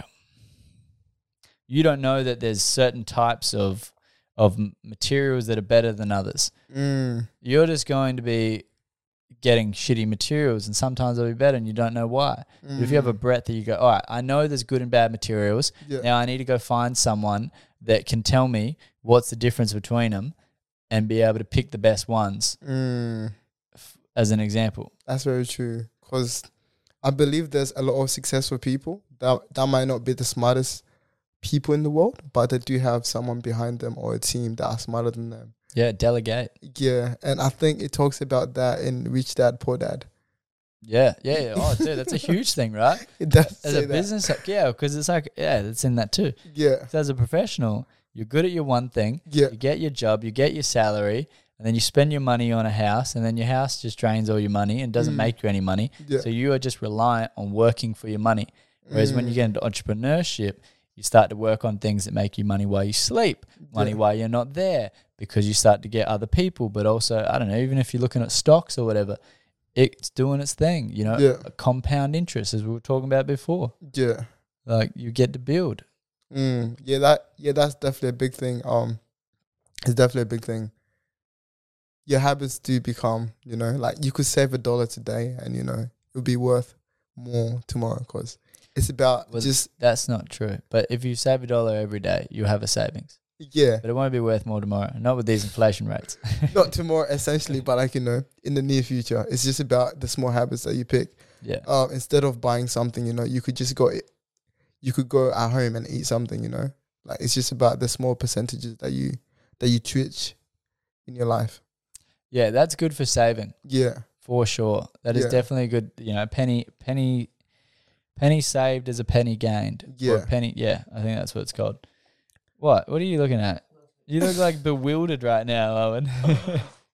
you don't know that there's certain types of of materials that are better than others
Mm.
you're just going to be getting shitty materials and sometimes they'll be better and you don't know why. But if you have a breadth that you go, all right, I know there's good and bad materials.
Mm. Yeah.
Now I need to go find someone that can tell me what's the difference between them and be able to pick the best ones
Mm.
f- as an example.
That's very true. Because I believe there's a lot of successful people that that might not be the smartest people in the world, but they do have someone behind them or a team that are smarter than them.
Yeah, delegate.
Yeah, and I think it talks about that in Rich Dad Poor Dad.
Yeah, yeah, yeah. Oh, dude, that's a huge thing, right?
It does
As
say
a
that.
business, like, yeah, because it's like, yeah, it's in that too.
Yeah,
So as a professional, you're good at your one thing,
yeah,
you get your job, you get your salary, and then you spend your money on a house, and then your house just drains all your money and doesn't
Mm.
make you any money.
yeah.
So you are just reliant on working for your money. Whereas
Mm.
when you get into entrepreneurship, you start to work on things that make you money while you sleep, money
Yeah.
while you're not there, because you start to get other people. But also, I don't know, even if you're looking at stocks or whatever, it's doing its thing, you know,
Yeah.
compound interest, as we were talking about before.
yeah,
Like you get to build.
mm, yeah. That yeah, that's definitely a big thing. Um, it's definitely a big thing. Your habits do become, you know, like you could save a dollar today, and you know it'll be worth more tomorrow because it's about
Was-
just
That's not true. But if you save a dollar every day, you have a savings.
yeah,
but it won't be worth more tomorrow. Not with these inflation rates.
not tomorrow essentially, but like you know, in the near future, it's just about the small habits that you pick.
yeah,
uh, instead of buying something, you know, you could just go, e, you could go at home and eat something, you know. Like it's just about the small percentages that you that you twitch in your life.
yeah, that's good for saving
Yeah,
for sure. That is
Yeah.
definitely good. You know, penny, penny, penny saved is a penny gained. Or a
Yeah.
penny. Yeah, I think that's what it's called. What? What are you looking at? You look like bewildered right now, Owen.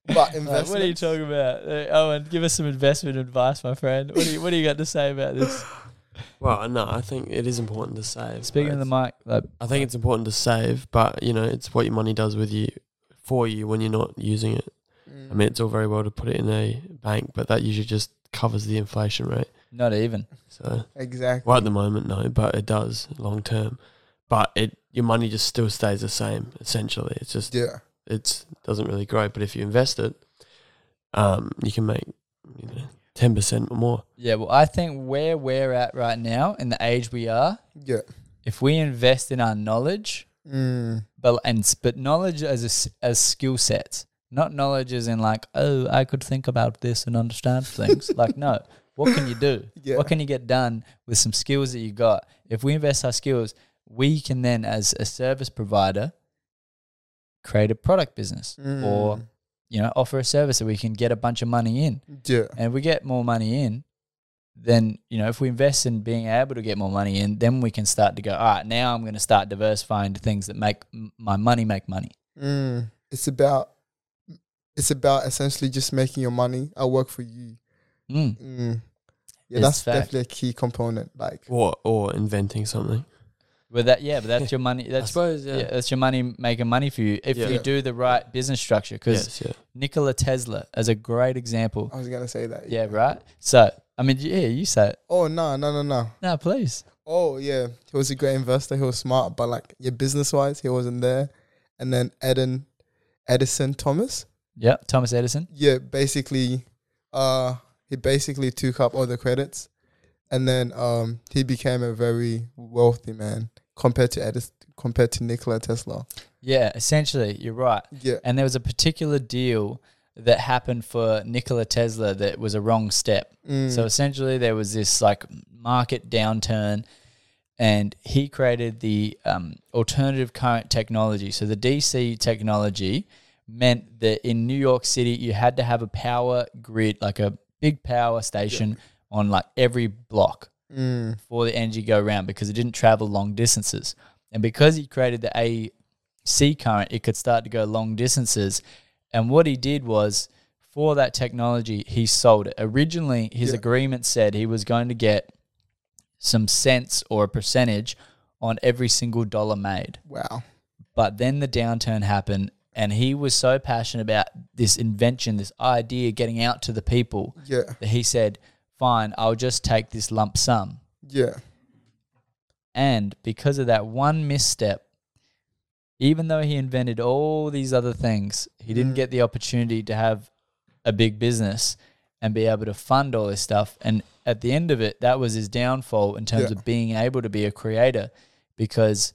but
Like,
investments.
what are you talking about, Uh, Owen? Give us some investment advice, my friend. What do you What do you got to say about this?
Well, no, I think it is important to save.
Speaking
but
of the mic, like,
I think it's important to save, but you know, it's what your money does with you for you when you're not using it. I mean, it's all very well to put it in a bank, but that usually just covers the inflation rate.
not even.
So,
exactly.
well, at the moment, no, but it does long term. But it your money just still stays the same essentially. It's just
Yeah,
it's doesn't really grow. But if you invest it, um, you can make you know ten percent or more.
Yeah, well, I think where we're at right now, in the age we are,
yeah.
if we invest in our knowledge,
Mm.
but and s- but knowledge as a, s- as skill sets, not knowledge as in like, oh, I could think about this and understand things. like, no, what can you do?
Yeah.
What can you get done with some skills that you got? If we invest our skills, we can then, as a service provider, create a product business or
Mm.
you know offer a service that we can get a bunch of money in
yeah,
and if we get more money in, then you know if we invest in being able to get more money in, then we can start to go. All right, now I'm going to start diversifying to things that make m- my money make money.
mm. it's about it's about essentially just making your money. I work for you.
Mm.
Mm. Yeah,
It's
that's
fact.
definitely a key component. Like,
Or or inventing something.
But that, yeah, but that's your money.
I
That's
suppose
yeah, that's your money making money for you if
Yeah.
you do the right business structure. Because
Yes, yeah.
Nikola Tesla is a great example.
I was gonna say that.
Oh, Yeah, right. So I mean, yeah, you say it.
Oh no, no, no, no.
No, please.
oh yeah, he was a great investor. He was smart, but like yeah, business wise, he wasn't there. And then Eden, Edison Thomas,
Yeah, Thomas Edison.
yeah, basically, uh, he basically took up all the credits, and then um, he became a very wealthy man compared to Edison, compared to Nikola Tesla.
Yeah, essentially, you're right.
Yeah,
And there was a particular deal that happened for Nikola Tesla that was a wrong step.
Mm.
So essentially, there was this like market downturn, and he created the um, alternative current technology. So the DC technology meant that in New York City, you had to have a power grid, like a big power station on like every block
Mm.
for the energy go round because it didn't travel long distances. And because he created the AC current, it could start to go long distances. And what he did was for that technology, he sold it. Originally, his
Yeah.
agreement said he was going to get some cents or a percentage on every single dollar made.
Wow.
But then the downturn happened, and he was so passionate about this invention, this idea getting out to the people,
Yeah.
that he said, Fine, I'll just take this lump sum.
Yeah.
And because of that one misstep, even though he invented all these other things, he didn't
Mm.
get the opportunity to have a big business and be able to fund all this stuff. And at the end of it, that was his downfall in terms
Yeah.
of being able to be a creator because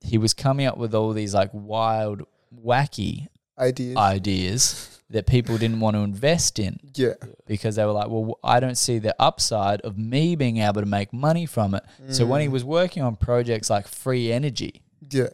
he was coming up with all these like wild, wacky
Ideas.
ideas that people didn't want to invest in
yeah.
because they were like, well, I don't see the upside of me being able to make money from it. So when he
Mm.
was working on projects like free energy,
Yeah.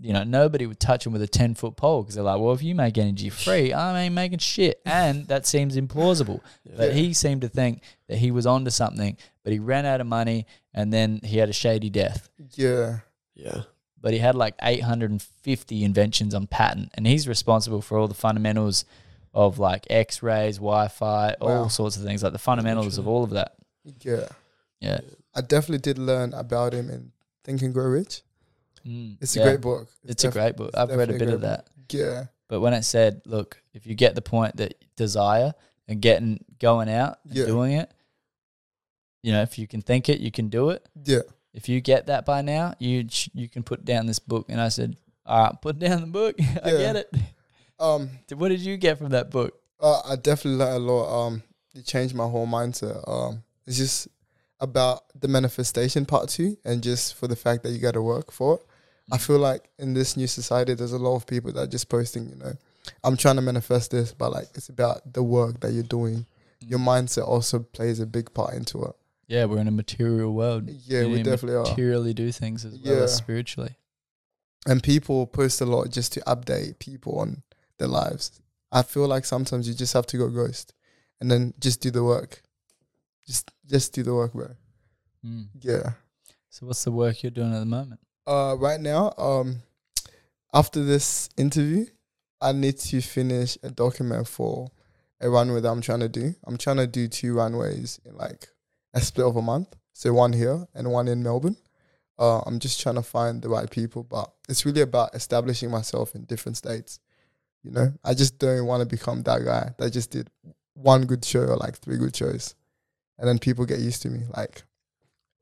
you know, nobody would touch him with a 10 foot pole because they're like, well, if you make energy free, I ain't making shit. And that seems implausible. But he seemed to think that he was onto something, but he ran out of money and then he had a shady death.
Yeah.
Yeah.
But he had like 850 inventions on patent and he's responsible for all the fundamentals of like x rays, Wi Fi,
Wow.
all sorts of things, like the fundamentals of all of that.
Yeah.
Yeah.
I definitely did learn about him in Think and Grow Rich.
Mm,
It's
yeah.
a great book.
It's a
def-
great book.
it's
I've read a
definitely
bit
a
of
great
that.
Yeah.
But when it said, look, if you get the point that desire and getting going out and
Yeah.
doing it, you know, if you can think it, you can do it.
Yeah.
If you get that by now, you sh- you can put down this book. And I said, all right, put down the book. I
Yeah.
get it.
Um,
What did you get from that book?
Uh, I definitely learned a lot. Um, it changed my whole mindset. Um, it's just about the manifestation part too, and just for the fact that you got to work for it. I feel like in this new society, there's a lot of people that are just posting, you know, I'm trying to manifest this, but like it's about the work that you're doing. Your mindset also plays a big part into it.
Yeah, we're in a material world.
Yeah,
You
we
need to
definitely are.
materially do things as well as
Yeah.
spiritually.
and people post a lot just to update people on their lives. I feel like sometimes you just have to go ghost and then just do the work. Just just do the work, bro.
Mm.
Yeah.
So, what's the work you're doing at the moment?
Uh right now, um after this interview, I need to finish a document for a runway that I'm trying to do. I'm trying to do two runways in like a split of a month. So one here and one in Melbourne. Uh, I'm just trying to find the right people, but it's really about establishing myself in different states. You know, I just don't want to become that guy that just did one good show or like three good shows, and then people get used to me. Like,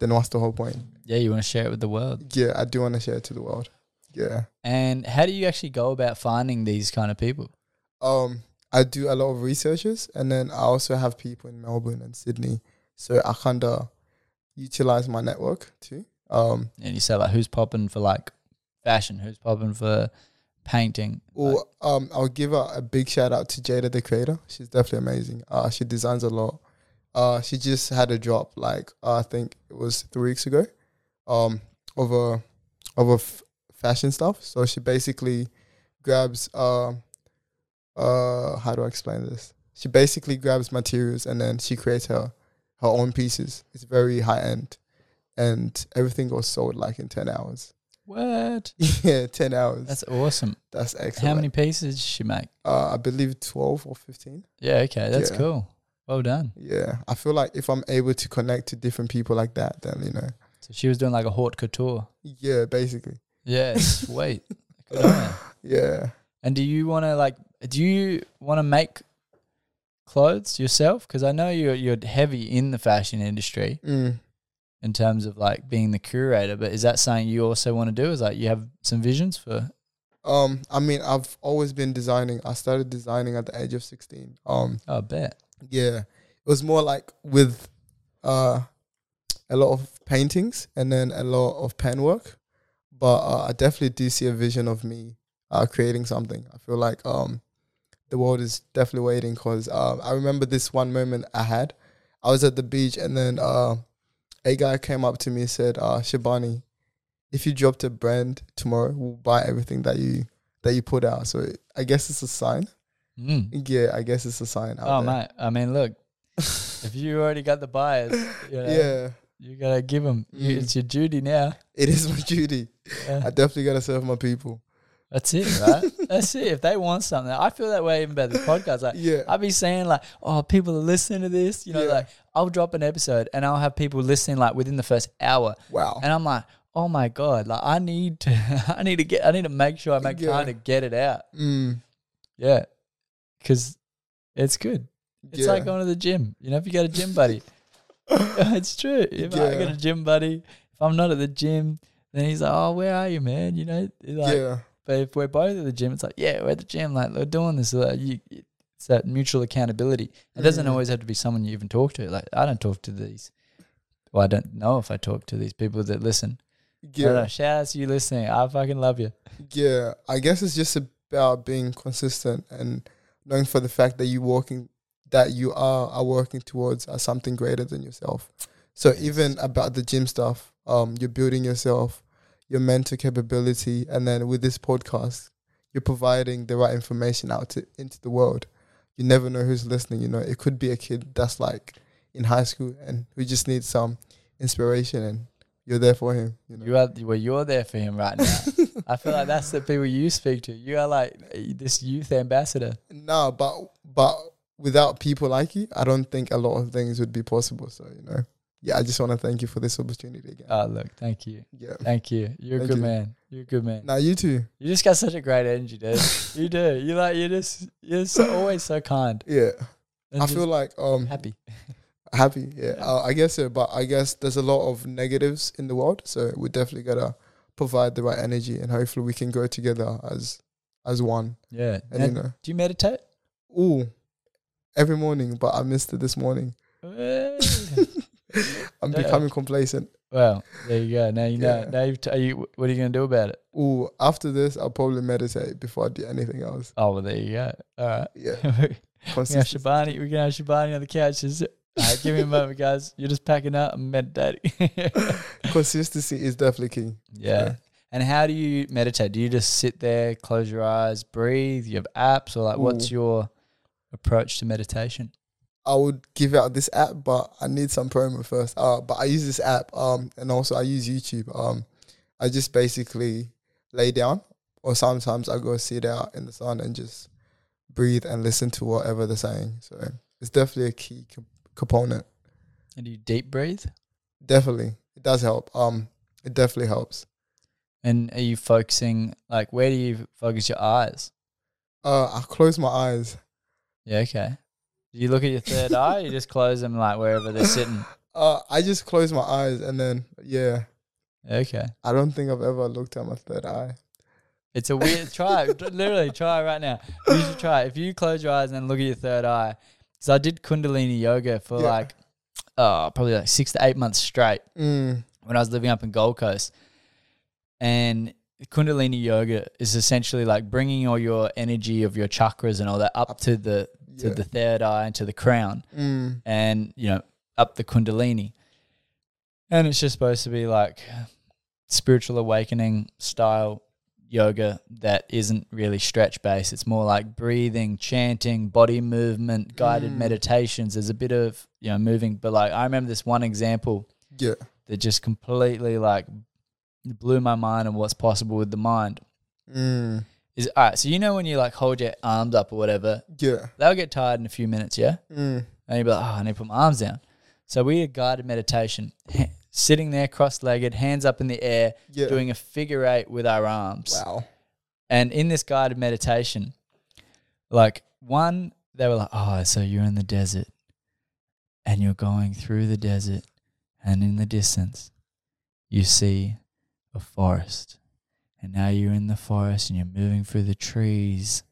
then what's the whole point?
Yeah, you want to share it with the world.
Yeah, I do want to share it to the world. Yeah.
And how do you actually go about finding these kind of people?
um I do a lot of researches and then I also have people in Melbourne and Sydney. So I kinda utilize my network too. Um
And you say like, who's popping for like fashion? Who's popping for painting? Like,
or um I'll give a, a big shout out to Jada the creator. She's definitely amazing. Uh she designs a lot. Uh she just had a drop like uh, I think it was three weeks ago. Um of a of a f- fashion stuff. So she basically grabs um uh how do I explain this? She basically grabs materials and then she creates her her own pieces. It's very high end and everything was sold like in 10 hours.
what?
yeah, 10 hours. That's,
That's awesome.
excellent.
How many pieces did she make?
Uh, I believe 12 or 15.
Yeah, okay, that's
Yeah.
cool. Well done.
Yeah. I feel like if I'm able to connect to different people like that, then, you know,
So she was doing like a haute couture.
yeah, basically.
Yeah, sweet. Good on her.
Yeah.
And do you want to like? Do you want to make clothes yourself? Because I know you're you're heavy in the fashion industry
Mm.
in terms of like being the curator. But is that something you also want to do? Is like you have some visions for?
Um, I mean, I've always been designing. I started designing at the age of 16. Um,
Oh, I bet.
yeah. It was more like with uh, a lot of paintings and then a lot of pen work. But uh, I definitely do see a vision of me uh, creating something. I feel like um, the world is definitely waiting because um, I remember this one moment I had. I was at the beach and then uh, a guy came up to me and said, uh, Shabani, if you dropped a brand tomorrow, we'll buy everything that you that you put out. So it, I guess it's a sign.
Mm.
Yeah, I guess it's a sign out
Oh,
there.
mate. I mean, look, if you already got the buyers, you know,
Yeah,
you got to give them.
Mm.
It's your duty now.
it is my duty. I
Yeah.
definitely gotta serve my people.
That's it, right? That's it. If they want something, I feel that way even about this podcast. Like,
Yeah,
I'd be saying like, oh, people are listening to this. You know,
Yeah.
like I'll drop an episode and I'll have people listening like within the first hour,
wow.
and I'm like, oh my god, like I need to, I need to get, I need to make sure I make
Yeah.
time to get it out.
Mm,
Yeah, because it's good. It's
yeah.
like going to the gym. You know, if you got a gym buddy, it's true. If I
Yeah.
got a gym buddy, if I'm not at the gym, then he's like, oh, where are you, man? You know, like,
yeah,
but if we're both at the gym, it's like, yeah, we're at the gym, like we're doing this. Like, you, it's that mutual accountability. It doesn't
Mm.
always have to be someone you even talk to. Like I don't talk to these. Well, I don't know if I talk to these people that listen. Yeah. I don't know.
yeah,
Shout out to you listening. I fucking love you.
yeah. I guess it's just about being consistent and knowing for the fact that you working that you are are working towards uh, something greater than yourself. So even about the gym stuff, um, you're building yourself, your mental capability, and then with this podcast, you're providing the right information out to, into the world. You never know who's listening. You know, it could be a kid that's like in high school and who just needs some inspiration, and you're there for him. You know.
You are well. You're there for him right now. I feel like that's the people you speak to. You are like this youth ambassador.
No, but but without people like you, I don't think a lot of things would be possible. So you know, yeah, I just want to thank you for this opportunity again.
Oh, look, thank you,
yeah.
thank you. You're a
Thank
good
you.
man. You're a good man.
Now you too.
You just got such a great energy, dude. you do. You like. You're just. You're so, always so kind.
Yeah,
and
I
just
feel like um
happy.
happy. Yeah, Uh, I guess so. But I guess there's a lot of negatives in the world, so we definitely gotta provide the right energy, and hopefully we can grow together as as one.
Yeah.
And
Now,
you know,
do you meditate?
ooh, every morning, but I missed it this morning.
Well,
I'm
Yeah.
becoming complacent.
well, there you go. Now you know.
Yeah.
Now you've t- are you, what are you going to do about it?
Ooh, after this, I'll probably meditate before I do anything else.
Oh, well, there you go. All right.
Yeah,
we can have
consistency.
Shabani. We can have Shabani on the couches. All right, give me a moment, guys. You're just packing up and meditating.
consistency is definitely key.
yeah. And how do you meditate? Do you just sit there, close your eyes, breathe? You have apps, or like, what's
Ooh.
your approach to meditation?
I would give out this app, but I need some promo first. Uh, but I use this app, um, and also I use YouTube. Um, I just basically lay down, or sometimes I go sit out in the sun and just breathe and listen to whatever they're saying. So it's definitely a key co- component.
And do you deep breathe?
Definitely, it does help. Um, it definitely helps.
And are you focusing like where do you focus your eyes?
Uh, I close my eyes.
Yeah, okay. Do you look at your third eye? You just close them like wherever they're sitting.
Uh, I just close my eyes, and then yeah,
Okay.
I don't think I've ever looked at my third eye.
It's a weird try. Literally, try right now. You should try. If you close your eyes and then look at your third eye, because I did Kundalini yoga for
Yeah.
like, oh, probably like six to eight months straight
Mm.
when I was living up in Gold Coast. And Kundalini yoga is essentially like bringing all your energy of your chakras and all that up to the to
Yeah.
the third eye and to the crown.
Mm.
and you know up the kundalini and it's just supposed to be like spiritual awakening style yoga that isn't really stretch based it's more like breathing chanting body movement guided
Mm.
meditations there's a bit of you know moving but like i remember this one example
Yeah.
that just completely like blew my mind on what's possible with the mind
Mm.
is all right so you know when you like hold your arms up or whatever
Yeah.
they'll get tired in a few minutes yeah
Mm.
and you'd be like, oh, I need to put my arms down. So we did guided meditation, sitting there cross legged, hands up in the air,
Yeah.
doing a figure eight with our arms.
wow.
And in this guided meditation, like one, they were like, oh, so you're in the desert and you're going through the desert. And in the distance, you see a forest. And now you're in the forest and you're moving through the trees,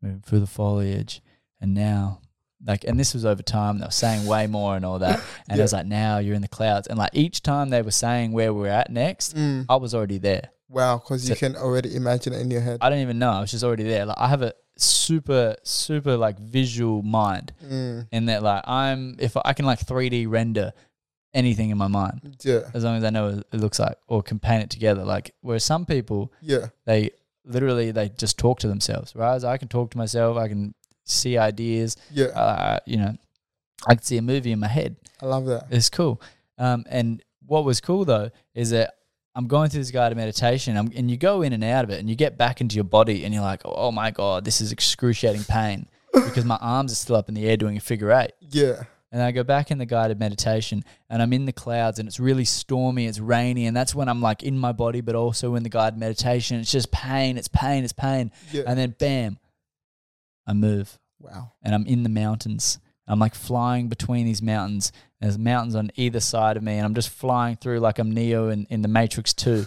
moving through the foliage. And now, like, and this was over time, they were saying way more and all that. And it
Yeah.
was like, now you're in the clouds. And like each time they were saying where we're at next,
Mm.
I was already there.
Wow, because you
So-
can already imagine it in your head.
I don't even know. I was just already there. Like I have a super, super like visual mind
Mm.
in that like I'm if I can like 3D render anything in my mind
Yeah.
as long as I know what it looks like or can paint it together. Like where some people
Yeah.
they literally they just talk to themselves, right? So I can talk to myself, I can see ideas,
Yeah,
uh, you know, I can see a movie in my head.
I love that.
It's cool. Um, and what was cool though is that I'm going through this guided meditation, I'm, and you go in and out of it, and you get back into your body, and you're like, oh my god, this is excruciating pain because my arms are still up in the air doing a figure eight.
Yeah,
And I go back in the guided meditation and I'm in the clouds and it's really stormy, it's rainy. And that's when I'm like in my body, but also in the guided meditation. It's just pain, it's pain, it's pain.
yeah.
And then bam, I move
wow.
and I'm in the mountains. I'm like flying between these mountains. There's mountains on either side of me, and I'm just flying through like I'm Neo in, in the Matrix 2.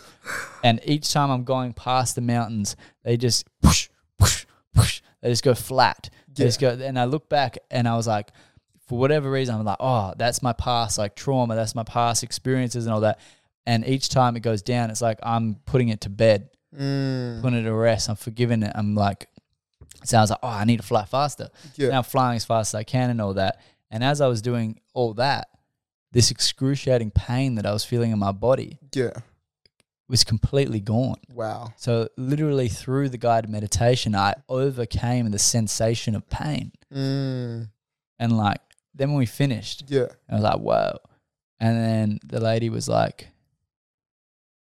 and each time I'm going past the mountains, they just push, push, push. They just go flat. They
Yeah.
just go, and I look back and I was like, for whatever reason, I'm like, oh, that's my past, like trauma, that's my past experiences and all that. And each time it goes down, it's like I'm putting it to bed
Mm,
putting it to rest. I'm forgiving it. I'm like, so I was like, oh, I need to fly faster.
Yeah.
Now I'm flying as fast as I can and all that. And as I was doing all that, this excruciating pain that I was feeling in my body
yeah.
was completely gone.
Wow.
So literally through the guided meditation, I overcame the sensation of pain.
Mm,
And like then when we finished,
yeah.
I was like, whoa. And then the lady was like,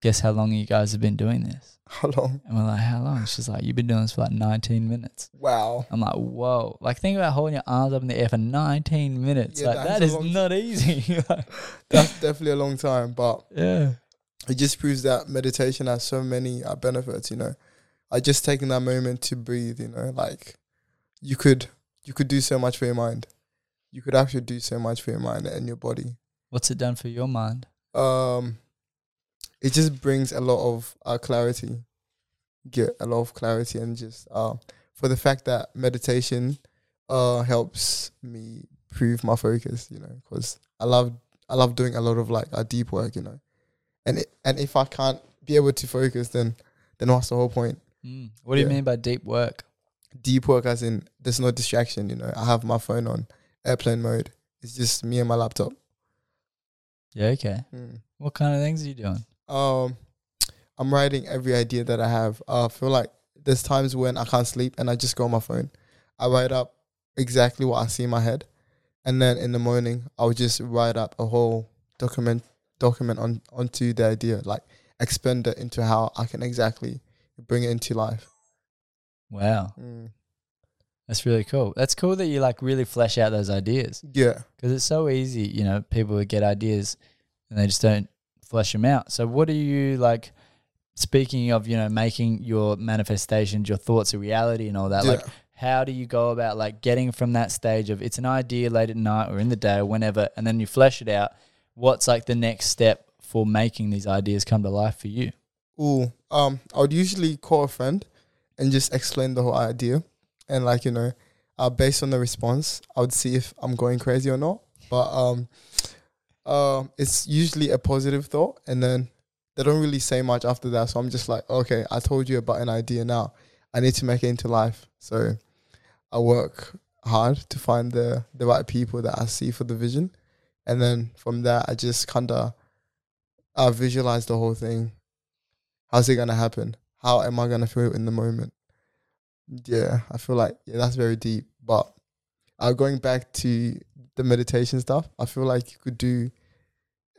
guess how long you guys have been doing this?
How long?
And we're like, how long? She's like, you've been doing this for like 19 minutes.
Wow.
I'm like, whoa. Like, think about holding your arms up in the air for 19 minutes.
Yeah,
like,
that
that
is
is
a long-
not easy. Like,
That's definitely a long time, but
yeah.
it just proves that meditation has so many uh, benefits. You know, I just taking that moment to breathe. You know, like you could you could do so much for your mind. You could actually do so much for your mind and your body.
What's it done for your mind?
Um, it just brings a lot of uh, clarity. Get a lot of clarity and just uh, for the fact that meditation uh helps me prove my focus. You know, because I love I love doing a lot of like uh, deep work. You know, and it, and if I can't be able to focus, then then what's the whole point?
Mm. What do you
Yeah.
mean by deep work?
Deep work, as in there's no distraction. You know, I have my phone on airplane mode. It's just me and my laptop.
Yeah, okay.
Mm.
What kind of things are you doing?
um I'm writing every idea that I have. Uh, I feel like there's times when I can't sleep and I just go on my phone. I write up exactly what I see in my head, and then in the morning I'll just write up a whole document document on onto the idea, like expand it into how I can exactly bring it into life.
Wow.
Mm.
That's really cool. That's cool that you like really flesh out those ideas
Yeah,
because it's so easy, you know, people would get ideas and they just don't flesh them out. So, what are you like? Speaking of, you know, making your manifestations, your thoughts a reality and all that,
yeah,
like, how do you go about like getting from that stage of it's an idea late at night or in the day or whenever and then you flesh it out what's like the next step for making these ideas come to life for you
Ooh, um, I would usually call a friend and just explain the whole idea, and like you know, uh, based on the response, I would see if I'm going crazy or not. But um, um, it's usually a positive thought, and then they don't really say much after that. So I'm just like, okay, I told you about an idea. Now I need to make it into life. So I work hard to find the the right people that I see for the vision, and then from there, I just kind of uh, visualize the whole thing how's it gonna happen? How am I gonna feel in the moment? Yeah, I feel like yeah, that's very deep. But uh, going back to the meditation stuff, I feel like you could do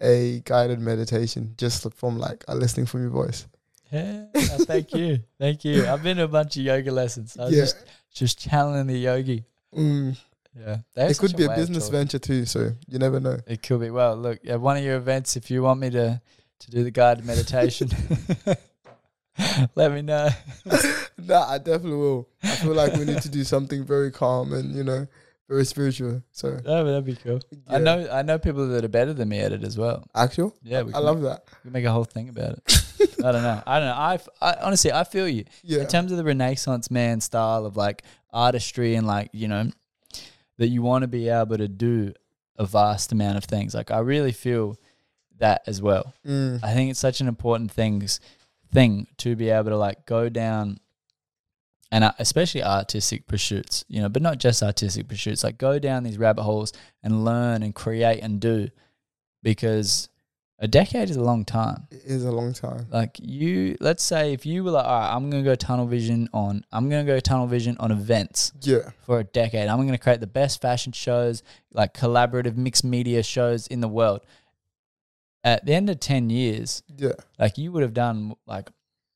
a guided meditation just look from like uh, listening from your voice.
yeah uh, thank you thank you i've been to a bunch of yoga lessons i was
yeah,
just just channeling the yogi
Mm.
yeah
it could be a business venture too. So you never know.
it could be well look at one of your events if you want me to to do the guided meditation let me know
Nah, I definitely will. I feel like we need to do something very calm and you know very spiritual. So
no, that'd be cool i
yeah.
know i know people that are better than me at it as well
actual.
yeah we
I
can-
love that.
We make a whole thing about it. I don't know. I don't know. I, f- I honestly, I feel you
Yeah,
in terms of the Renaissance man style of like artistry and like you know that you want to be able to do a vast amount of things. Like I really feel that as well.
Mm.
I think it's such an important things thing to be able to like go down and uh, especially artistic pursuits, you know, but not just artistic pursuits. Like go down these rabbit holes and learn and create and do because A decade is a long time.
It is a long time.
Like you, let's say if you were like, all right, I'm gonna go tunnel vision on, I'm gonna go tunnel vision on events
Yeah.
for a decade. I'm gonna create the best fashion shows, like collaborative mixed media shows in the world. At the end of ten years,
Yeah.
like you would have done like,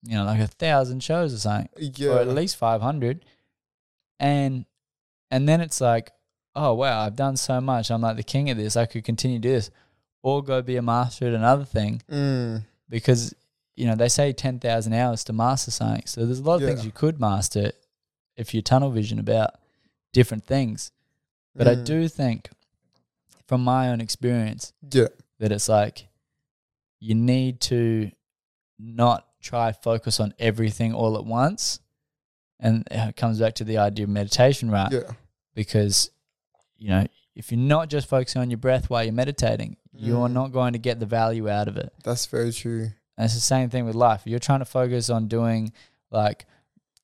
you know, like a thousand shows or something
Yeah.
or at least 500 and and then it's like oh wow i've done so much i'm like the king of this i could continue to do this or go be a master at another thing
Mm.
because you know they say 10,000 hours to master something so there's a lot of things
Yeah.
you could master if you tunnel vision about different things but i
Mm.
do think from my own experience
Yeah.
that it's like you need to not try focus on everything all at once and it comes back to the idea of meditation right
Yeah.
because you know if you're not just focusing on your breath while you're meditating you're
Mm.
not going to get the value out of it
That's very true.
and it's the same thing with life. You're trying to focus on doing like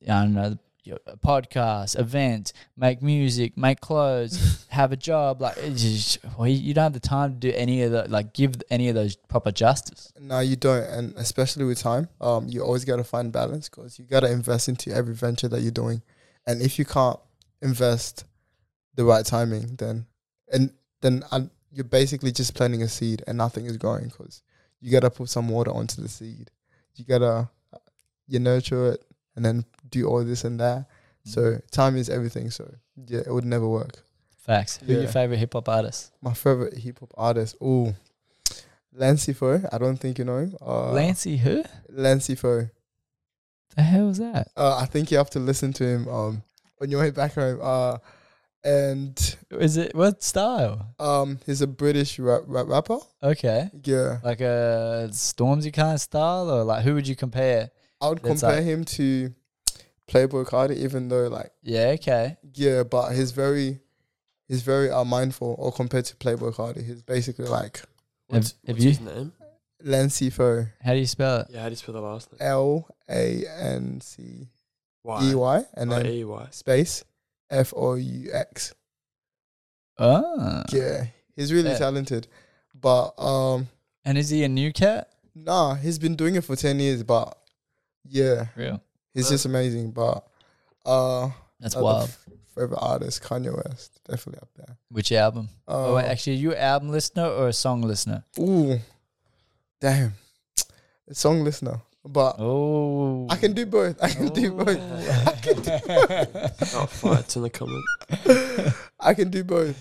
I don't know, your podcast, event, make music, make clothes, have a job. Like it's just, well, you you don't have the time to do any of the like give any of those proper justice.
No, you don't, and especially with time, um, you always gotta find balance because you gotta invest into every venture that you're doing, and if you can't invest the right timing, then and then uh, you're basically just planting a seed and nothing is growing because you gotta put some water onto the seed, you gotta uh, you nurture it and then do all this and that. So time is everything. So yeah, it would never work.
facts. Who are your
Yeah.
favorite hip hop artists?
My favorite hip hop artist, oh, Lancy Foe. I don't think you know him. Uh,
Lancey, who
Lancy Foe.
the hell was that?
Uh, I think you have to listen to him um, on your way back home. Uh, and
Is it what style?
um, he's a British rap, rap rapper.
Okay,
Yeah,
like a Stormzy kind of style, or like who would you compare?
I would
That's
compare
like-
him to Playboy Cardi, even though like
Yeah, okay,
yeah, but he's very he's very uh, mindful. Or compared to Playboy Cardi, he's basically like
What's,
have
what's
you-
his name?
Lancifo.
how do you spell it?
Yeah, how do you spell the last name?
L A N C
Y.
E Y, and
Oh,
then
E-Y.
space F O U X.
Oh,
Yeah, he's really
Yeah.
talented, but um.
and is he a new cat?
Nah, he's been doing it for ten years, but yeah,
Real,
he's
Uh,
just amazing. But uh,
that's
other
wild.
f- favorite artist Kanye West, definitely up there.
Which album?
Uh,
Oh, wait, actually, you album listener or a song listener?
ooh, damn, song listener. But
Oh,
I can do both. I can do both.
I can do
Oh, fights in the comment.
I can do both.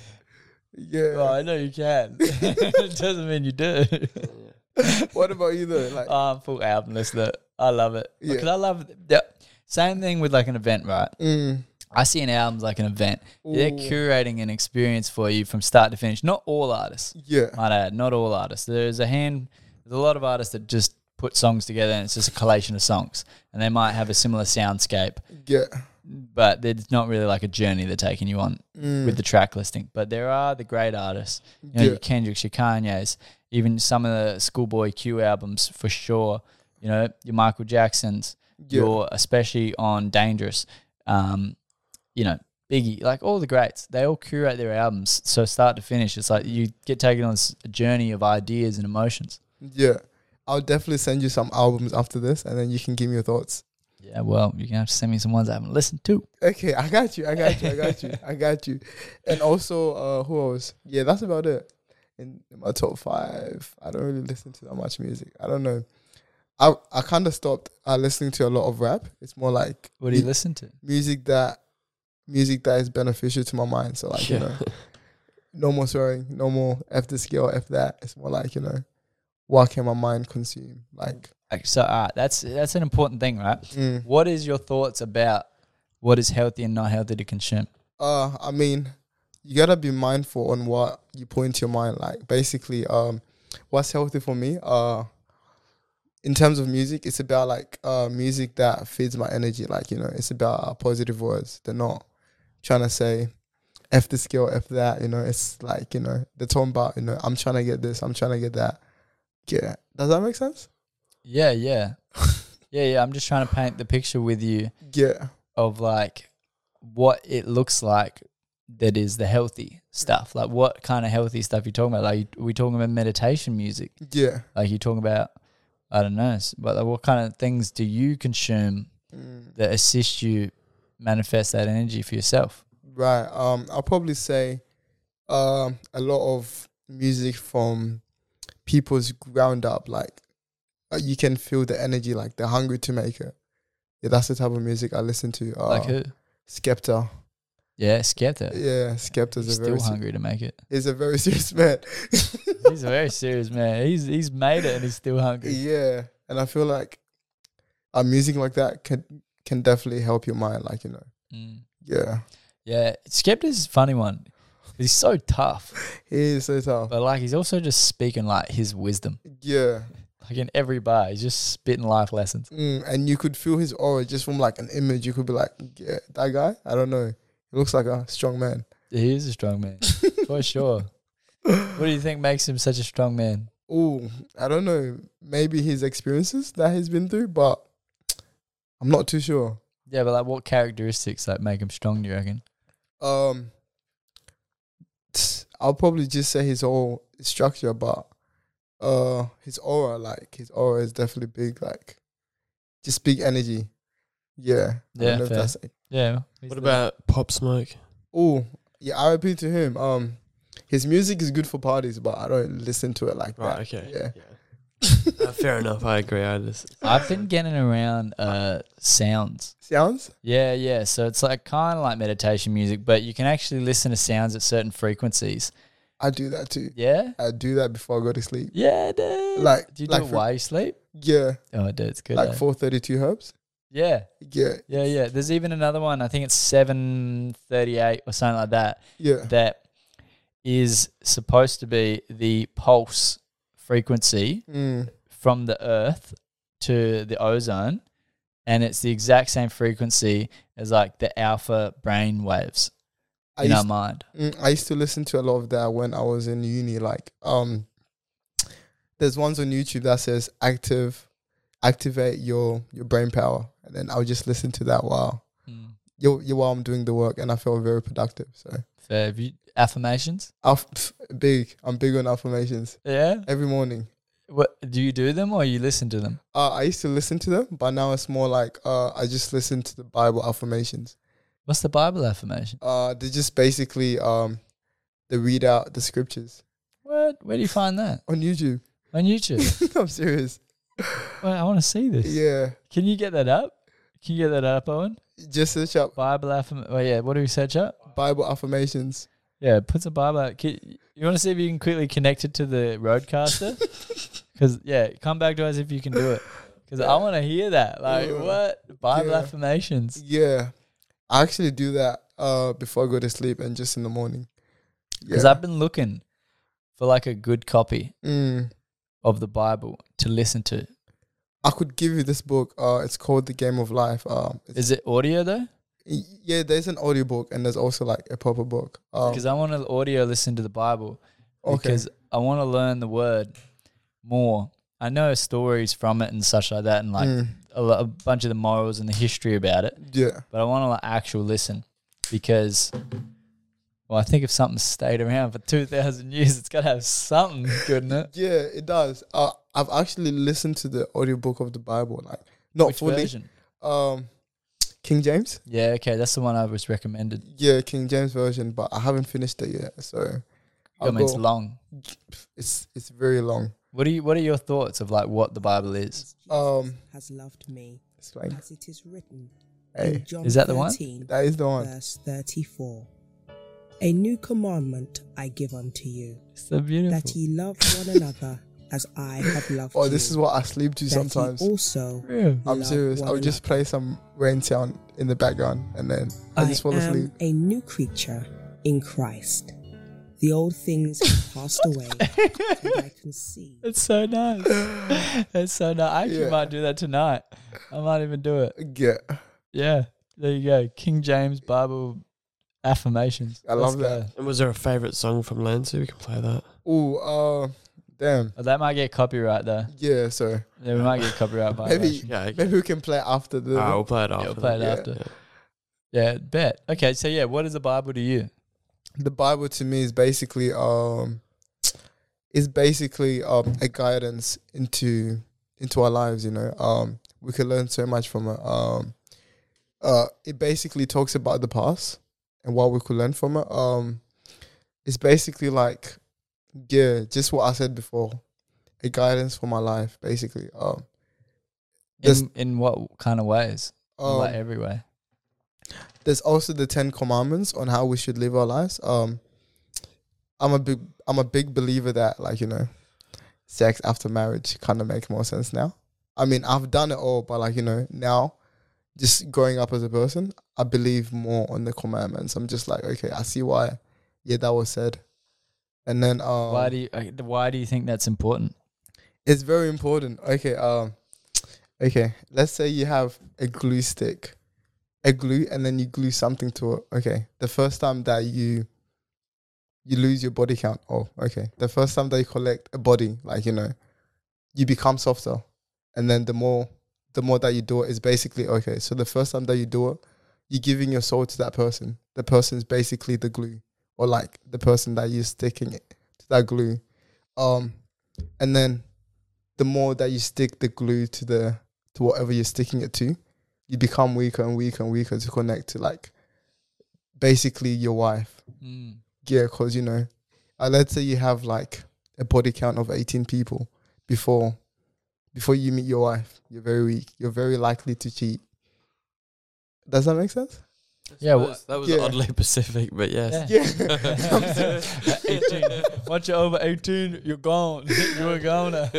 Yeah.
well, Oh, I know you can. it doesn't mean you do.
Yeah.
What about you though? Like,
I'm full album listener. I love it
Yeah.
because I love the same thing with like an event, right?
mm,
I see an album like an event. They're
Ooh.
curating an experience for you from start to finish. Not all artists.
yeah,
might add. Not all artists. There's a hand. There's a lot of artists that just put songs together, and it's just a collation of songs, and they might have a similar soundscape,
yeah.
but it's not really like a journey they're taking you on
Mm,
with the track listing. But there are the great artists, you know,
Yeah.
your Kendrick's, your Kanye's, even some of the Schoolboy Q albums for sure. You know, your Michael Jacksons,
yeah.
your especially on Dangerous, um, you know, Biggie, like all the greats, they all curate their albums. So start to finish, it's like you get taken on this journey of ideas and emotions.
yeah. I'll definitely send you some albums after this, and then you can give me your thoughts.
Yeah, well, you're gonna have to send me some ones I haven't listened to.
Okay, I got you. I got you. I got you. I got you. And also, uh, who else? Yeah, that's about it. In in my top five, I don't really listen to that much music. I don't know. I I kind of stopped uh, listening to a lot of rap. It's more like
What do you
mu-
listen to?
music that music that is beneficial to my mind. So like you know, no more swearing, no more f this girl, f that. It's more like you know, what can my mind consume? Like
Like, so, all right, that's that's an important thing, right?
mm.
What is your thoughts about what is healthy and not healthy to consume?
Uh, I mean, you gotta be mindful on what you put into your mind. Like basically, um, what's healthy for me? Uh, in terms of music, it's about like uh music that feeds my energy. Like you know, it's about uh, positive words. They're not trying to say f this girl, f that. You know, it's like you know they're talking about you know I'm trying to get this, I'm trying to get that. Yeah, does that make sense?
Yeah, yeah, yeah, yeah. I'm just trying to paint the picture with you
Yeah,
of like what it looks like that is the healthy stuff. Like what kind of healthy stuff you talking about? Like are we talking about meditation music?
Yeah.
Like you talking about I don't know, s- but like what kind of things do you consume
Mm.
that assist you manifest that energy for yourself?
Right. Um, I'll probably say um, a lot of music from people's ground up. Like uh, you can feel the energy, like they're hungry to make it. Yeah, that's the type of music I listen to. Uh,
like who?
Skepta.
Yeah, Skepta.
Yeah, Skepta's
He's
a very
still
se-
hungry to make it.
he's a very serious man.
He's a very serious man. He's he's made it and he's still hungry.
yeah, and I feel like a music like that can can definitely help your mind. Like you know,
Mm.
yeah,
Yeah, Skepta's a funny one. He's so tough,
he is so tough.
but like he's also just speaking like his wisdom.
Yeah.
Like in every bar, he's just spitting life lessons.
Mm, and you could feel his aura just from like an image. You could be like, yeah, that guy. I don't know. He looks like a strong man.
He is a strong man for sure. What do you think makes him such a strong man?
Ooh, I don't know. Maybe his experiences that he's been through, but I'm not too sure.
Yeah, but like what characteristics like make him strong? Do you reckon?
Um, I'll probably just say his whole structure, but uh, his aura, like his aura, is definitely big. Like, just big energy. Yeah. I
Yeah,
don't know if
fair.
that's
Yeah.
What about Pop Smoke?
Oh, yeah, I repeat to him. Um, his music is good for parties, but I don't listen to it like
Right,
that.
okay.
Yeah.
Uh, fair enough. I agree. I just,
I've been getting around uh sounds.
Sounds?
Yeah, yeah. So it's like kind of like meditation music, but you can actually listen to sounds at certain frequencies.
I do that too.
Yeah.
I do that before I go to sleep.
Yeah, dude.
Like-
do you
like
do it
for-
while you sleep?
Yeah,
Oh, dude, it's good. eh?
like four thirty-two herbs.
yeah,
Yeah,
yeah, yeah. There's even another one. I think it's seven thirty-eight or something like that.
yeah,
That is supposed to be the pulse frequency
mm,
from the Earth to the ozone, and it's the exact same frequency as like the alpha brain waves
I
in our
used,
mind.
mm, I used to listen to a lot of that when I was in uni. Like, um, there's ones on YouTube that says active, activate your your brain power, and then I'll just listen to that while
Mm.
you you while I'm doing the work, and I feel very productive. So,
So have you affirmations?
Aff- big, I'm big on affirmations.
Yeah.
every morning.
What do you do them or you listen to them?
Uh, I used to listen to them, but now it's more like uh, I just listen to the Bible affirmations.
What's the Bible affirmation?
Uh, they're just basically um, they read out the scriptures
What? Where do you find that
on YouTube.
on YouTube?
I'm serious.
Wait, I want to see this.
Yeah,
Can you get that up? Can you get that up, Owen?
just search up
Bible affirmation. Oh yeah, what do we search up?
Bible affirmations.
Yeah, put some Bible. Can, you want to see if you can quickly connect it to the roadcaster? Because yeah, come back to us if you can do it. Because I want to hear that. Like
Yeah.
what Bible
Yeah.
affirmations?
Yeah, I actually do that uh, before I go to sleep and just in the morning.
Because I've been looking for like a good copy
Mm.
of the Bible to listen to.
I could give you this book. Uh, it's called The Game of Life. Um, it's,
Is it audio though?
yeah, there's an audiobook and there's also like a proper book. Um,
Because I want to audio listen to the Bible.
okay.
because I want to learn the word more. I know stories from it and such like that, and like
Mm.
a, lo- a bunch of the morals and the history about it.
Yeah.
But I want to like actual listen because, well, I think if something's stayed around for two thousand years, it's got to have something good in it.
Yeah, it does. Uh, I've actually listened to the audiobook of the Bible, like not
Which
fully.
version?
Um, King James.
Yeah, okay, that's the one I was recommended.
Yeah, King James version, but I haven't finished it yet, so
I
I'll
mean, it's
go-
long.
It's it's very long.
What are you? What are your thoughts of like what the Bible is?
Jesus
Um,
has loved me
It's like,
as it is written
hey,
in John
Is that the one?
13,
that is the one.
verse 34. A new commandment I give unto you,
It's so beautiful.
that ye love one another as I have loved
Oh,
you.
this is what I sleep to
that
sometimes.
Ye also
Yeah.
I'm
love
serious.
one
I'll just
another.
play some rain sound in the background, and then I just fall
am
asleep.
a new creature in Christ. The old things have passed away, and I can see
It's so nice. It's so nice. I actually
Yeah.
might do that tonight. I might even do it.
Yeah,
Yeah, there you go. King James Bible affirmations.
I love that.
go.
and was there a favorite song from Lancy? We can play that.
Oh, uh, damn.
Oh, that might get copyright though.
Yeah, so
Yeah, we might get copyright
maybe
violation.
Yeah, okay.
maybe we can play after the.
Ah, we'll play it after.
we'll play
then.
it after. Yeah, bet. Okay, so yeah, what is the Bible to you?
the Bible to me is basically um is basically um a guidance into into our lives, you know. Um we could learn so much from it. Um uh it basically talks about the past and what we could learn from it. Um it's basically like yeah, just what I said before. A guidance for my life, basically. Um there's
In, in what kind of ways?
um,
like every way.
there's also the Ten Commandments on how we should live our lives. Um, I'm a big I'm a big believer that like you know, sex after marriage kind of makes more sense now. I mean, I've done it all, but like you know, now just growing up as a person, I believe more on the commandments. I'm just like, okay, I see why. Yeah, that was said, and then um,
why do you uh, Why do you think that's important?
it's very important. Okay, um, okay. Let's say you have a glue stick, a glue, and then you glue something to it. Okay, the first time that you you lose your body count. Oh, okay. The first time that you collect a body, like you know, you become softer, and then the more the more that you do it is basically okay. So the first time that you do it, you're giving your soul to that person. The person is basically the glue, or like the person that you're sticking it to that glue. Um, and then the more that you stick the glue to the to whatever you're sticking it to, you become weaker and weaker and weaker to connect to like basically your wife. Yeah, because you know, uh, let's say you have like a body count of 18 people before before you meet your wife, you're very weak. You're very likely to cheat. Does that make sense?
Yeah,
that was, that was
yeah.
oddly specific, but yes.
Yeah.
Eighteen. Once you're over eighteen, you're gone. You're a goner.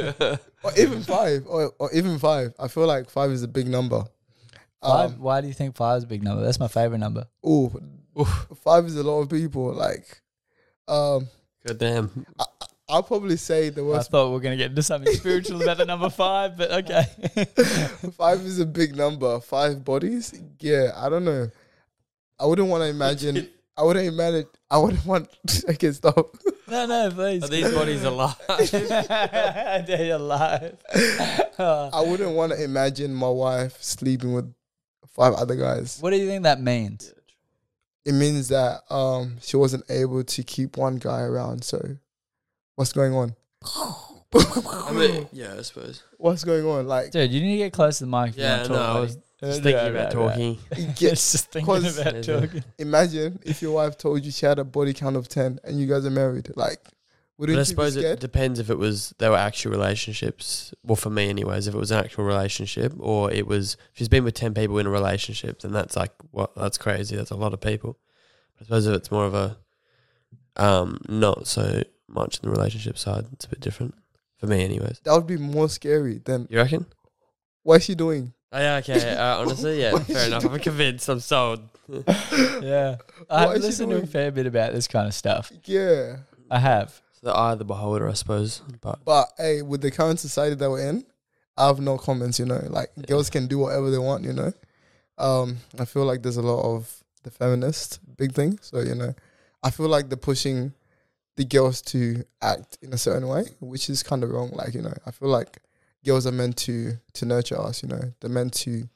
or even five, or, or even five. I feel like five is a big number. Um,
Five. why do you think five is a big number? That's my favorite number.
Oh, five is a lot of people. Like, um,
God damn.
I'll probably say the
I
worst.
thought we were gonna get into something spiritual about the number five, but okay.
Five is a big number. Five bodies. Yeah, I don't know. I wouldn't want to imagine. I wouldn't imagine. I wouldn't want. okay, stop.
no, no, please.
Are these bodies alive?
They're alive.
I wouldn't want to imagine my wife sleeping with five other guys.
What do you think that means?
It means that um she wasn't able to keep one guy around. So, what's going on?
I mean, yeah, I suppose.
What's going on? Like,
Dude, you need to get close to the mic. If
Yeah,
you want to
no,
talk
I
about
was
it.
Just
Uh,
thinking
right, right,
about
right.
talking.
get
It's just thinking
'Cause-
about
Yeah, yeah.
talking.
Imagine if your wife told you she had a body count of ten and you guys are married. Like, wouldn't
But I
you be
suppose
scared?
it depends if it was they were actual relationships. Well, for me, anyways, if it was an actual relationship, or it was she's been with ten people in a relationship, then that's like what that's crazy. That's a lot of people. I suppose if it's more of a um, not so much in the relationship side, it's a bit different for me, anyways.
that would be more scary than
You reckon?
what's she doing?
Oh, yeah, okay. Uh, honestly, yeah,
What is
fair
she
enough. I'm convinced. I'm sold.
Yeah.
What
I've
is he
listened to a
doing?
fair bit about this kind of stuff.
Yeah.
I have.
The eye of the beholder, I suppose. But
But hey, with the current society that we're in, I have no comments, you know. Like girls can do whatever they want, you know. Um, I feel like there's a lot of the feminist big thing. So, you know, I feel like they're pushing the girls to act in a certain way, which is kind of wrong. Like, you know, I feel like girls are meant to to nurture us, you know. They're meant to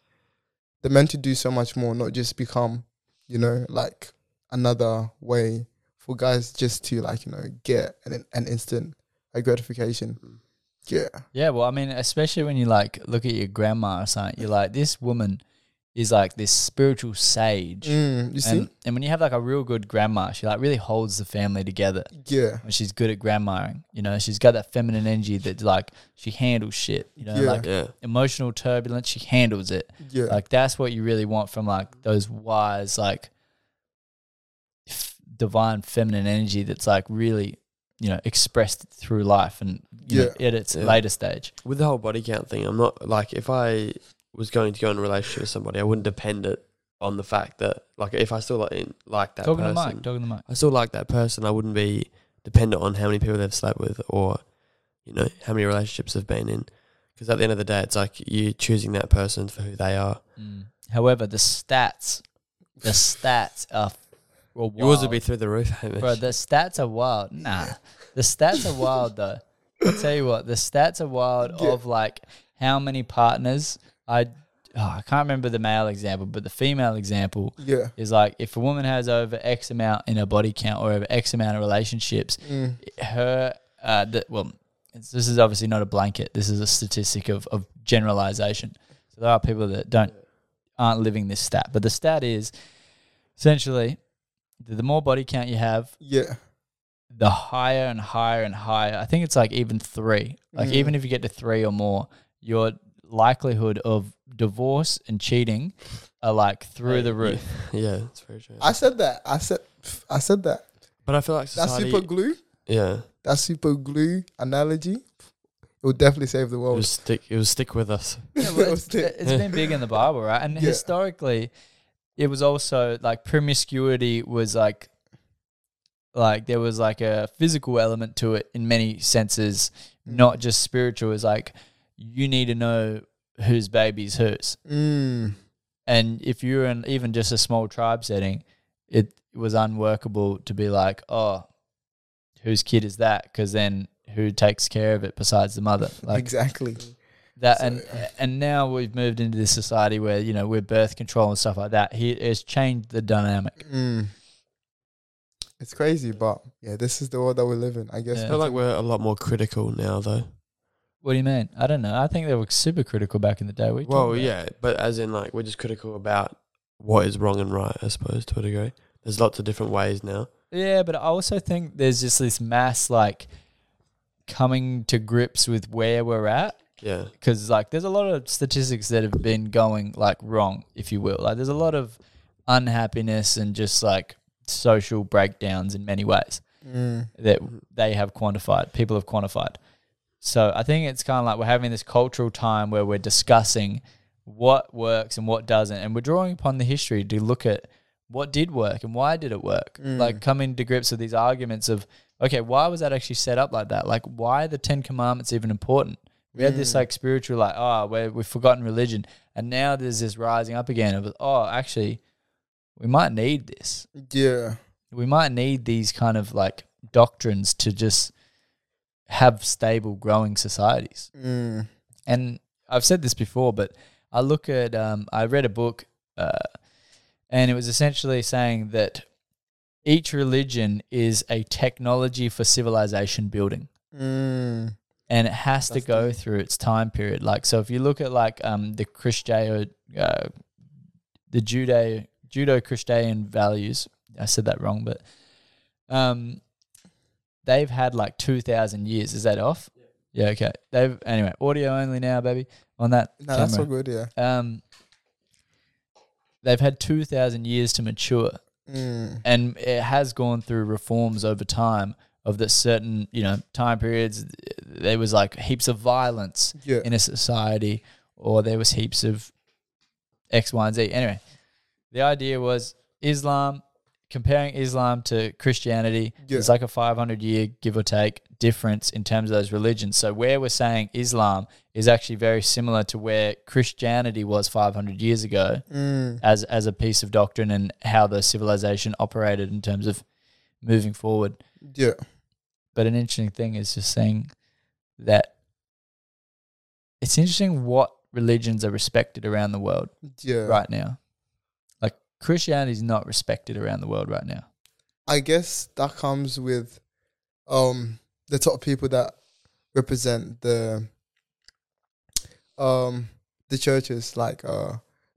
they're meant to do so much more, not just become, you know, like another way for guys just to like, you know, get an an instant a gratification. Yeah.
Yeah, well, I mean, especially when you like look at your grandma or something, you're like, this woman is like this spiritual sage.
Mm, you see?
And, and when you have like a real good grandma, she like really holds the family together.
yeah.
When she's good at grandmaing, you know, she's got that feminine energy that like she handles shit. You know,
Yeah.
like
yeah,
emotional turbulence, she handles it.
Yeah.
Like that's what you really want from like those wise, like f- divine feminine energy that's like really, you know, expressed through life and you know, at its
Yeah.
later stage.
with the whole body count thing, I'm not like if I was going to go in a relationship with somebody, I wouldn't depend it on the fact that like if I still like in, like that
talking
person,
to Mike, talking to Mike.
I still like that person. I wouldn't be dependent on how many people they've slept with or you know how many relationships they've been in. Because at the end of the day, it's like you choosing that person for who they are.
Mm. However, the stats, the stats are well, wild.
Yours would be through the roof, Hamish.
bro. The stats are wild. Nah, the stats are wild though. I tell you what, the stats are wild
Yeah.
of like how many partners I oh, I can't remember the male example, but the female example
Yeah.
is like if a woman has over X amount in her body count or over X amount of relationships,
Mm.
her uh, the, well, it's, this is obviously not a blanket. This is a statistic of of generalization. So there are people that don't aren't living this stat, but the stat is essentially the the more body count you have,
Yeah.
the higher and higher and higher. I think it's like even three. Like
Mm.
even if you get to three or more, your likelihood of divorce and cheating are like through the roof.
Yeah, it's very true.
I said that. I said. I said that.
but I feel like
That
society.
super glue.
yeah,
That super glue analogy. It would definitely save the
it
world.
was stick. It was stick with us.
Yeah, well, it's,
It
it's been big in the Bible, right? And
Yeah.
historically, it was also like promiscuity was like, like there was like a physical element to it in many senses,
Mm.
not just spiritual. It's like you need to know whose baby's whose,
Mm.
and if you're in even just a small tribe setting, it was unworkable to be like, oh, whose kid is that? Because then who takes care of it besides the mother? Like
exactly.
that
So-
and and now we've moved into this society where you know we're birth control and stuff like that he has changed the dynamic
Mm. It's crazy, but yeah, this is the world that we live in. I guess.
I
Yeah.
feel like we're a lot more critical now, though.
what do you mean i don't know i think they were super critical back in the day we
Well, yeah, but as in like we're just critical about what is wrong and right, I suppose, to a degree. There's lots of different ways now.
yeah but i also think there's just this mass like coming to grips with where we're at
Yeah,
because like there's a lot of statistics that have been going like wrong if you will like there's a lot of unhappiness and just like social breakdowns in many ways
Mm.
that they have quantified, people have quantified. So I think it's kind of like we're having this cultural time where we're discussing what works and what doesn't, and we're drawing upon the history to look at what did work and why did it work. Like coming to grips with these arguments of, okay, why was that actually set up like that? Like, why are the Ten Commandments even important? We had this like spiritual, like, oh, we're, we've forgotten religion. And now there's this rising up again of, oh, actually, we might need this
Yeah.
we might need these kind of like doctrines to just have stable growing societies
Mm.
and i've said this before but i look at um, i read a book uh, and it was essentially saying that each religion is a technology for civilization building
Mm.
and it has
That's
to go
deep.
through its time period like so if you look at like um, the christio uh, the judo judo christian values i said that wrong but um, they've had like 2000 years is that off yeah okay they've anyway audio only now baby on that
No, that's all
camera.
good. Yeah.
um they've had 2000 years to mature
Mm.
and it has gone through reforms over time of that certain you know time periods there was like heaps of violence
Yeah.
in a society or there was heaps of x y and z anyway the idea was islam comparing islam to christianity
Yeah.
it's like a 500 year give or take difference in terms of those religions so where we're saying islam is actually very similar to where christianity was 500 years ago
Mm.
as as a piece of doctrine and how the civilization operated in terms of moving forward.
Yeah.
But an interesting thing is just saying that it's interesting what religions are respected around the world
Yeah.
right now. Like Christianity is not respected around the world right now.
I guess that comes with um the top people that represent the um the churches like uh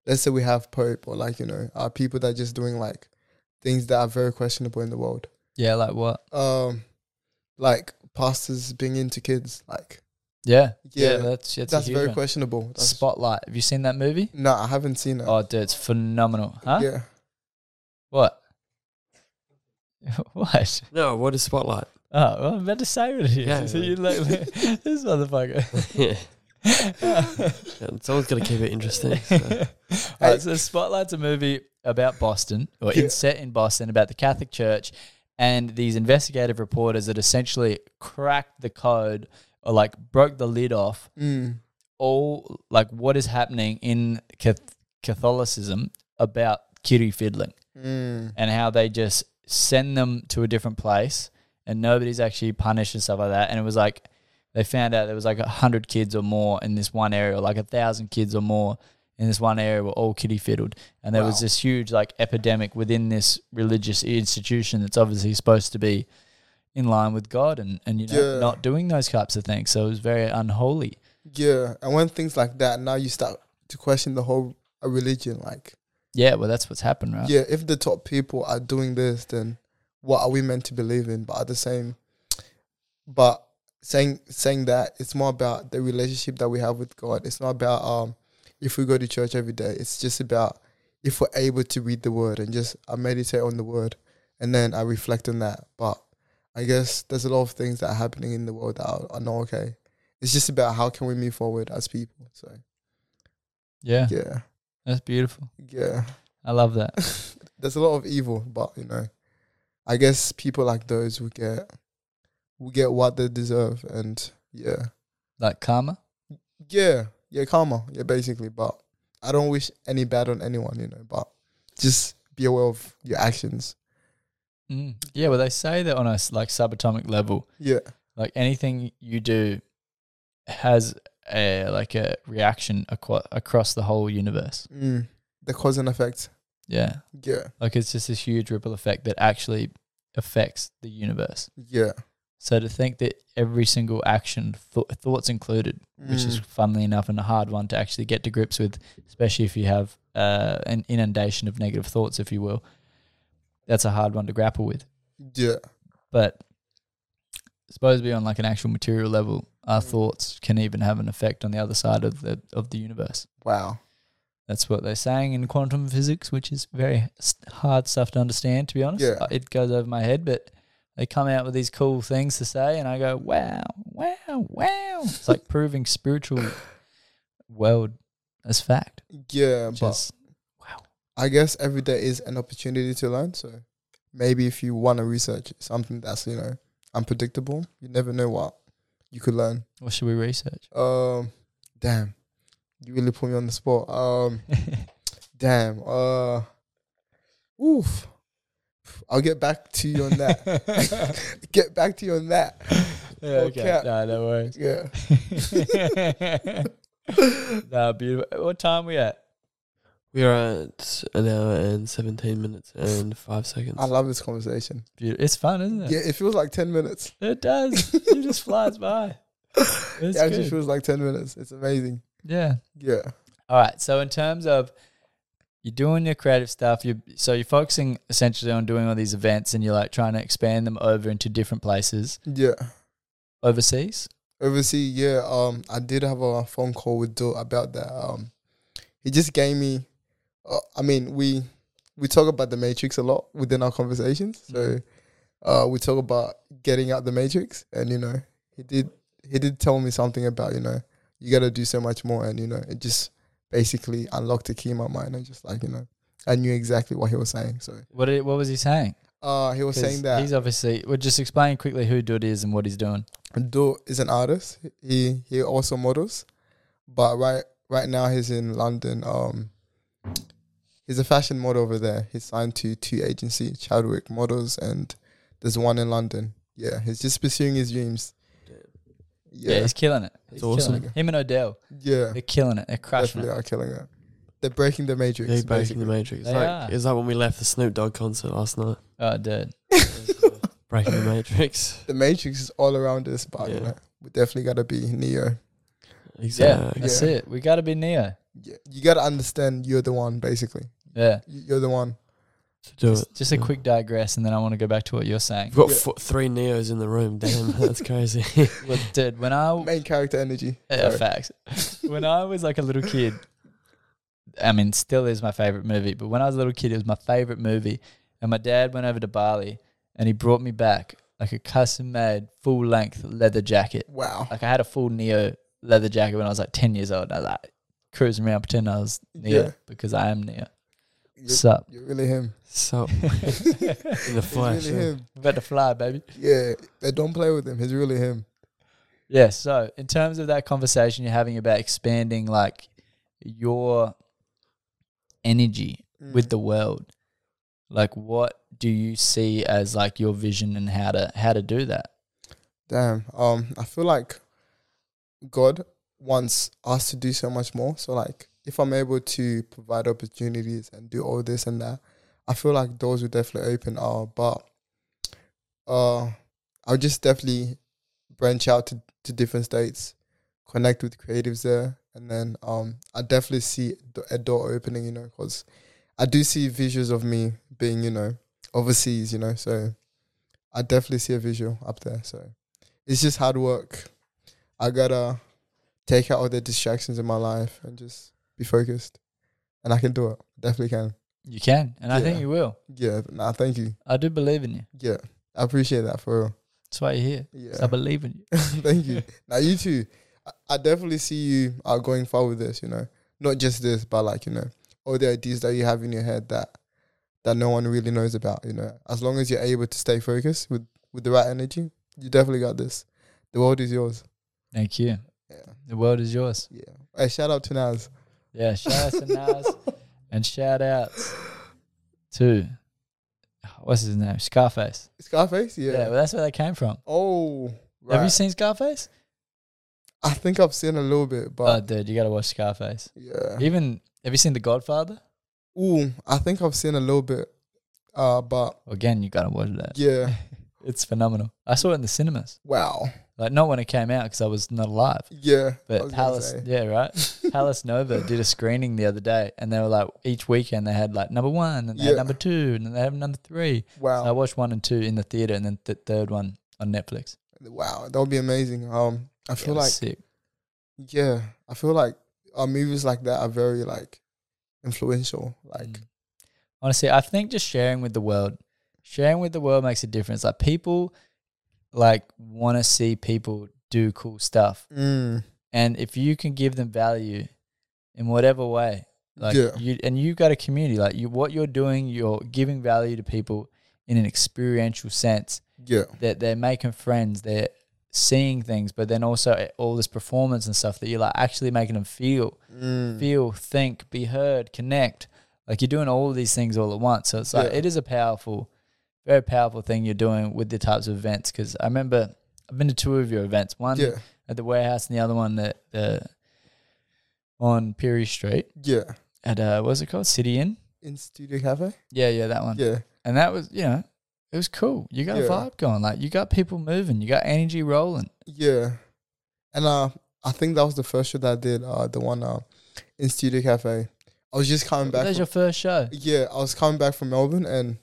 let's say we have pope or like you know uh, people that are just doing like things that are very questionable in the world
Yeah, like what?
um like pastors being into kids like
Yeah, yeah,
Yeah,
that's that's,
that's
a huge
very
one.
questionable that's,
Spotlight. Have you seen that movie?
no i haven't seen it
Oh, dude, it's phenomenal, huh?
yeah
What? what?
no. What is spotlight?
Oh, well, I'm about to say what it is.
Yeah,
so
yeah.
you like this motherfucker.
yeah, someone's got to keep it interesting. so.
All right, so Spotlight's a movie about Boston, or
Yeah.
it's set in Boston, about the Catholic Church and these investigative reporters that essentially cracked the code or like broke the lid off
mm.
all like what is happening in Cath- Catholicism about kitty fiddling
Mm.
and how they just send them to a different place and nobody's actually punished and stuff like that. And it was like they found out there was like a hundred kids or more in this one area, or like a thousand kids or more in this one area were all kitty fiddled, and there was
Wow.
this huge like epidemic within this religious institution that's obviously supposed to be in line with God and and you know
Yeah.
not doing those types of things. So it was very unholy.
Yeah, and when things like that, now you start to question the whole uh, religion. Like,
Yeah, well, that's what's happened, right?
yeah, if the top people are doing this, then what are we meant to believe in? But at the same, but saying saying that, it's more about the relationship that we have with God. It's not about um if we go to church every day. It's just about if we're able to read the Word and just I meditate on the Word, and then I reflect on that. But I guess there's a lot of things that are happening in the world that are, are not okay. It's just about how can we move forward as people. So
Yeah,
yeah,
that's beautiful.
yeah.
I love that.
there's a lot of evil, but you know, I guess people like those will get will get what they deserve, and yeah,
Like karma.
yeah, yeah, karma, yeah, basically. But I don't wish any bad on anyone, you know. But just be aware of your actions.
Mm. Yeah, well, they say that on a s- like subatomic level,
Yeah,
like anything you do has a like a reaction aqua- across the whole universe
mm. the cause and effect.
yeah
Yeah,
like it's just this huge ripple effect that actually affects the universe
yeah,
so to think that every single action th- thoughts included which is
Mm.
funnily enough and a hard one to actually get to grips with especially if you have uh, an inundation of negative thoughts if you will that's a hard one to grapple with
yeah,
but supposed to be on like an actual material level, our
Mm.
thoughts can even have an effect on the other side of the of the universe.
wow,
That's what they're saying in quantum physics, which is very s- hard stuff to understand. To be honest,
Yeah.
Uh, it goes over my head, but they come out with these cool things to say, and I go, "Wow, wow, wow!" It's like proving spiritual world as fact.
yeah.
Which
but
is-
I guess every day is an opportunity to learn. So maybe if you want to research something that's you know unpredictable, you never know what you could learn.
what should we research?
Um, damn, you really put me on the spot. Um, damn. Uh, oof. I'll get back to you on that. get back to you on that.
Yeah,
Okay.
okay. No, no worries.
Yeah.
nah, beautiful. What time we at?
We are at an hour and 17 minutes and five seconds.
I love this conversation.
Beautiful. It's fun, isn't it?
Yeah, it feels like ten minutes.
It does. it just flies by. It's
it actually
good.
feels like ten minutes. It's amazing.
Yeah.
Yeah.
All right. So in terms of you're doing your creative stuff, you so you're focusing essentially on doing all these events and you're like trying to expand them over into different places
Yeah.
overseas.
Overseas, yeah. Um, I did have a phone call with Dill about that. Um, he just gave me. Uh, I mean, we we talk about the Matrix a lot within our conversations. So,
Mm-hmm.
uh, we talk about getting out the Matrix, and you know, he did he did tell me something about you know you got to do so much more, and you know, it just basically unlocked a key in my mind, and just like you know, I knew exactly what he was saying. So,
What did, what was he saying?
uh, he was
'Cause
saying that
he's obviously. Well, just explain quickly who Dud is and what he's doing.
Do is an artist. He he also models, but right right now he's in London. Um, he's a fashion model over there. He's signed to two agency, Chadwick Models, and there's one in London. Yeah, he's just pursuing his dreams.
Yeah,
Yeah,
he's killing it. He's killing
awesome.
it. Him and Odell,
yeah,
they're killing it. They're crushing
definitely
it.
are killing it. They're breaking the matrix.
They're breaking the
basically.
matrix. It's
They
like,
are.
it's like when we left the Snoop Dogg concert last night.
Oh, dude.
Breaking the matrix.
The matrix is all around us, but you
Yeah.
know, we definitely gotta be neo.
Yeah,
Exactly.
that's
Yeah.
it. We got to be Neo.
Yeah, you gotta understand you're the one. Basically,
Yeah.
You- you're the one.
To do it.
Just, just a quick digress, and then I want to go back to what you're saying.
We've got
Yeah.
four, three Neos in the room. Damn, that's crazy.
Well, dude, when I
Main character energy.
yeah,
Sorry.
facts. when I was like a little kid, I mean, still is my favorite movie. But when I was a little kid, it was my favorite movie. And my dad went over to Bali, and he brought me back like a custom made full length leather jacket.
Wow.
Like I had a full Neo leather jacket when I was like ten years old. And I was like cruising around pretending I was Neo
Yeah.
because I am Neo.
You're,
Sup?
you're really him.
so
About
in the
He's
flesh.
really
yeah.
him.
to fly, baby.
Yeah, they don't play with him. He's really him.
Yeah. So, in terms of that conversation you're having about expanding like your energy
Mm.
with the world, like what do you see as like your vision and how to how to do that?
damn. Um, I feel like God wants us to do so much more. So like, if I'm able to provide opportunities and do all this and that, I feel like doors will definitely open up. But uh, I'll just definitely branch out to, to different states, connect with creatives there, and then um, I definitely see th- a door opening. You know, because I do see visuals of me being, you know, overseas. You know, so I definitely see a visual up there. So it's just hard work. I gotta take out all the distractions in my life and just be focused. And I can do it. Definitely can.
You can, and I think
Yeah.
you will.
Yeah. Nah, thank you.
I do believe in you.
Yeah. I appreciate that for real.
That's why you're here. 'cause I
Yeah.
believe in you.
thank you. Now you too. I, I definitely see you are going far with this, you know. Not just this, but like, you know, all the ideas that you have in your head that that no one really knows about, you know. As long as you're able to stay focused with, with the right energy, you definitely got this. The world is yours.
Thank you.
Yeah.
The world is yours.
Yeah. Hey, shout out to Naz.
Yeah. Shout out to Nas and shout out to what's his name? Scarface.
Scarface?
Yeah.
Yeah.
well, that's where they came from.
oh, right.
Have you seen Scarface?
I think I've seen a little bit, but
Oh, dude, you gotta watch Scarface.
yeah.
Even have you seen The Godfather?
Ooh, I think I've seen a little bit, uh, but
Again, you gotta watch that.
yeah.
It's phenomenal. I saw it in the cinemas.
Wow.
Like not when it came out because I was not alive.
Yeah. I
But
was gonna
Palace,
say.
yeah, right. Palace Nova did a screening the other day, and they were like each weekend they had like number one, and they
Yeah.
had number two, and then they have number three. So I
Wow.
watched one and two in the theater, and then the third one on Netflix.
Wow. That would be amazing. Um, I
It
feel
was
like
sick.
yeah, I feel like uh, movies like that are very like influential. Like
Mm. honestly, I think just sharing with the world, sharing with the world makes a difference. Like people, like want to see people do cool stuff,
mm,
and if you can give them value in whatever way, like
Yeah.
you and you've got a community, like you, what you're doing, you're giving value to people in an experiential sense.
yeah,
that they're making friends, they're seeing things, but then also eh, all this performance and stuff that you're like actually making them feel,
mm,
feel, think, be heard, connect. Like you're doing all these things all at once. So it's like
Yeah.
it is a powerful, very powerful thing you're doing with the types of events. Because I remember I've been to two of your events, one
yeah,
at the warehouse and the other one that uh, on Peary Street
yeah.
at uh, what's it called, City Inn?
In Studio Cafe.
Yeah, yeah, that one
Yeah,
and that was you know it was cool you got a
Yeah.
vibe going like you got people moving you got energy rolling
yeah. And uh, I think that was the first show that I did. Uh, the one uh, in Studio Cafe. I was just coming back.
that was
from-
your first show
yeah, I was coming back from Melbourne and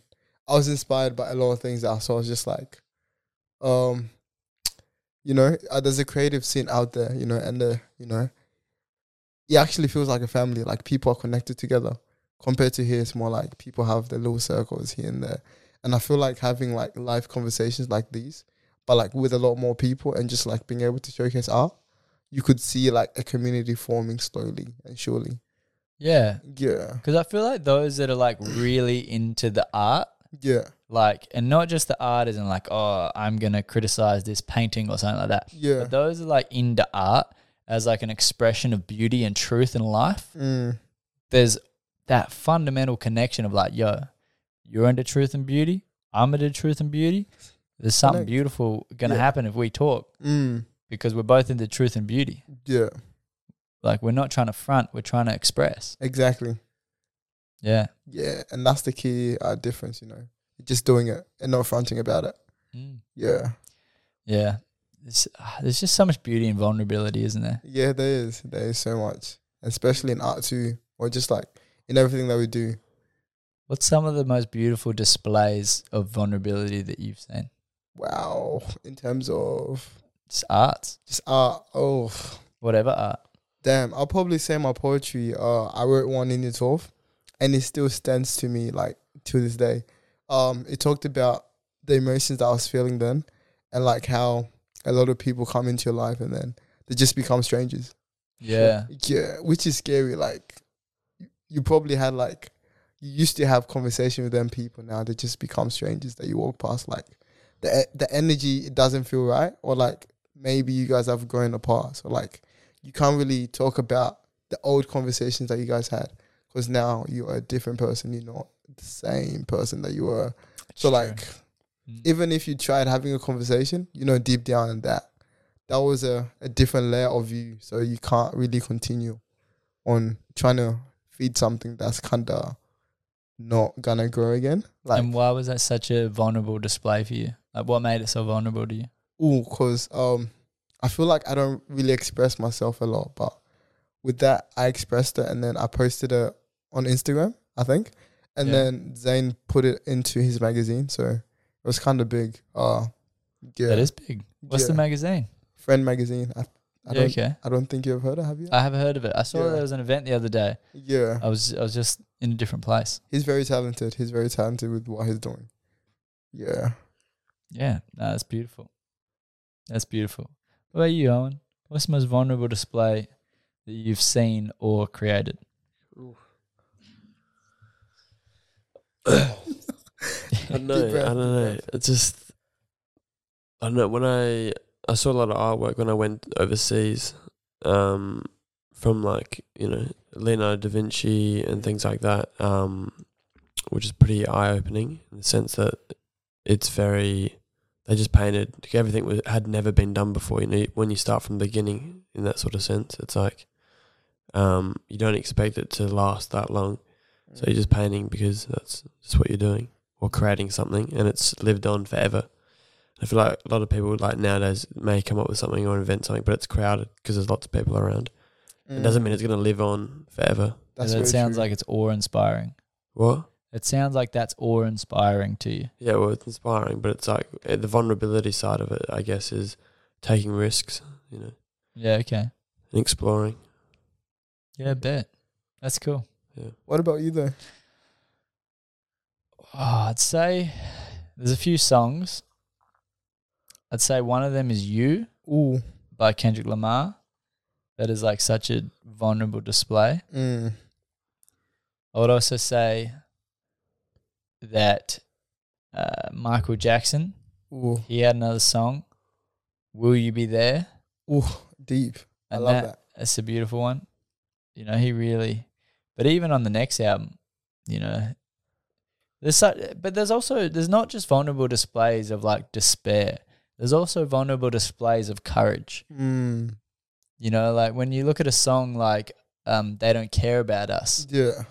I was inspired by a lot of things that I saw. I was just like, um, you know, uh, there's a creative scene out there, you know, and the, you know, it actually feels like a family. Like people are connected together. Compared to here, it's more like people have their little circles here and there. And I feel like having like live conversations like these, but like with a lot more people and just like being able to showcase art, you could see like a community forming slowly and surely.
yeah
Yeah.
because i feel like those that are like really into the art
Yeah.
like and not just the art isn't like oh i'm gonna criticize this painting or something like that
Yeah.
but those are like into art as like an expression of beauty and truth in life
Mm.
there's that fundamental connection of like yo you're into truth and beauty i'm into truth and beauty there's something
Connect.
beautiful gonna
Yeah.
happen if we talk
Mm,
because we're both into truth and beauty.
yeah,
Like we're not trying to front, we're trying to express.
exactly.
Yeah.
Yeah, and that's the key uh, difference, you know, just doing it and not fronting about it. Yeah,
Mm. Yeah. It's, ah, there's just so much beauty and vulnerability, isn't there?
yeah, there is, there is so much, especially in art too, or just like in everything that we do.
What's some of the most beautiful displays of vulnerability that you've seen?
Wow, in terms of
It's art,
just art. Oh,
whatever art.
damn! I'll probably say my poetry. Uh, I wrote one in year twelve, and it still stands to me like to this day. Um, it talked about the emotions that I was feeling then, and like how a lot of people come into your life and then they just become strangers.
Yeah.
Yeah, which is scary. Like, you- you probably had like, you used to have conversation with them people. Now they just become strangers that you walk past. Like, the e- the energy it doesn't feel right, or like maybe you guys have grown apart. So like, you can't really talk about the old conversations that you guys had because now you are a different person. You're not the same person that you were. So like,
Mm.
even if you tried having a conversation, you know, deep down in that, that was a, a different layer of you. So you can't really continue on trying to feed something that's kinda not gonna grow again. Like
and why was that such a vulnerable display for you? Like, what made it so vulnerable to you?
ooh, because um, I feel like I don't really express myself a lot, but with that, I expressed it and then I posted it on Instagram, I think, and
Yeah.
then Zayn put it into his magazine, so it was kind of big. Uh, yeah,
That is big. What's the
Yeah.
magazine?
friend magazine. I, I
Yeah,
don't,
okay, Uh,
I don't think you've heard it, have you?
I have heard of it. I saw
Yeah.
there was an event the other day.
yeah,
I was I was just in a different place.
he's very talented. He's very talented with what he's doing. Yeah.
Yeah, no, that's beautiful. That's beautiful. What about you, Owen? What's the most vulnerable display that you've seen or created?
I don't know.
Deep breath,
I don't know.
deep
It's just I don't know. When I I saw a lot of artwork when I went overseas, um, from like you know Leonardo da Vinci and things like that, um, which is pretty eye opening in the sense that it's very they just painted everything was, had never been done before. You know, when you start from the beginning in that sort of sense, it's like um, you don't expect it to last that long. So you're just painting because that's just what you're doing or creating something and it's lived on forever. I feel like a lot of people like nowadays may come up with something or invent something, but it's crowded because there's lots of people around. It
Mm.
doesn't mean it's going to live on forever.
That sounds like it's awe inspiring.
What?
It sounds like that's awe inspiring to you.
Yeah, well, it's inspiring, but it's like eh, the vulnerability side of it, I guess, is taking risks, you know,
Yeah, okay.
and exploring.
Yeah, I bet. That's cool.
What about you though?
Oh, I'd say there's a few songs. I'd say one of them is You
Ooh.
by Kendrick Lamar. That is like such a vulnerable display.
Mm.
I would also say that uh, Michael Jackson,
Ooh.
he had another song, Will You Be There?
Ooh. Deep. I
And
love that.
That's a beautiful one. You know, he really, but even on the next album, you know, there's such, but there's also, there's not just vulnerable displays of like despair. There's also vulnerable displays of courage.
Mm.
You know, like when you look at a song like um, They Don't Care About Us,
Yeah.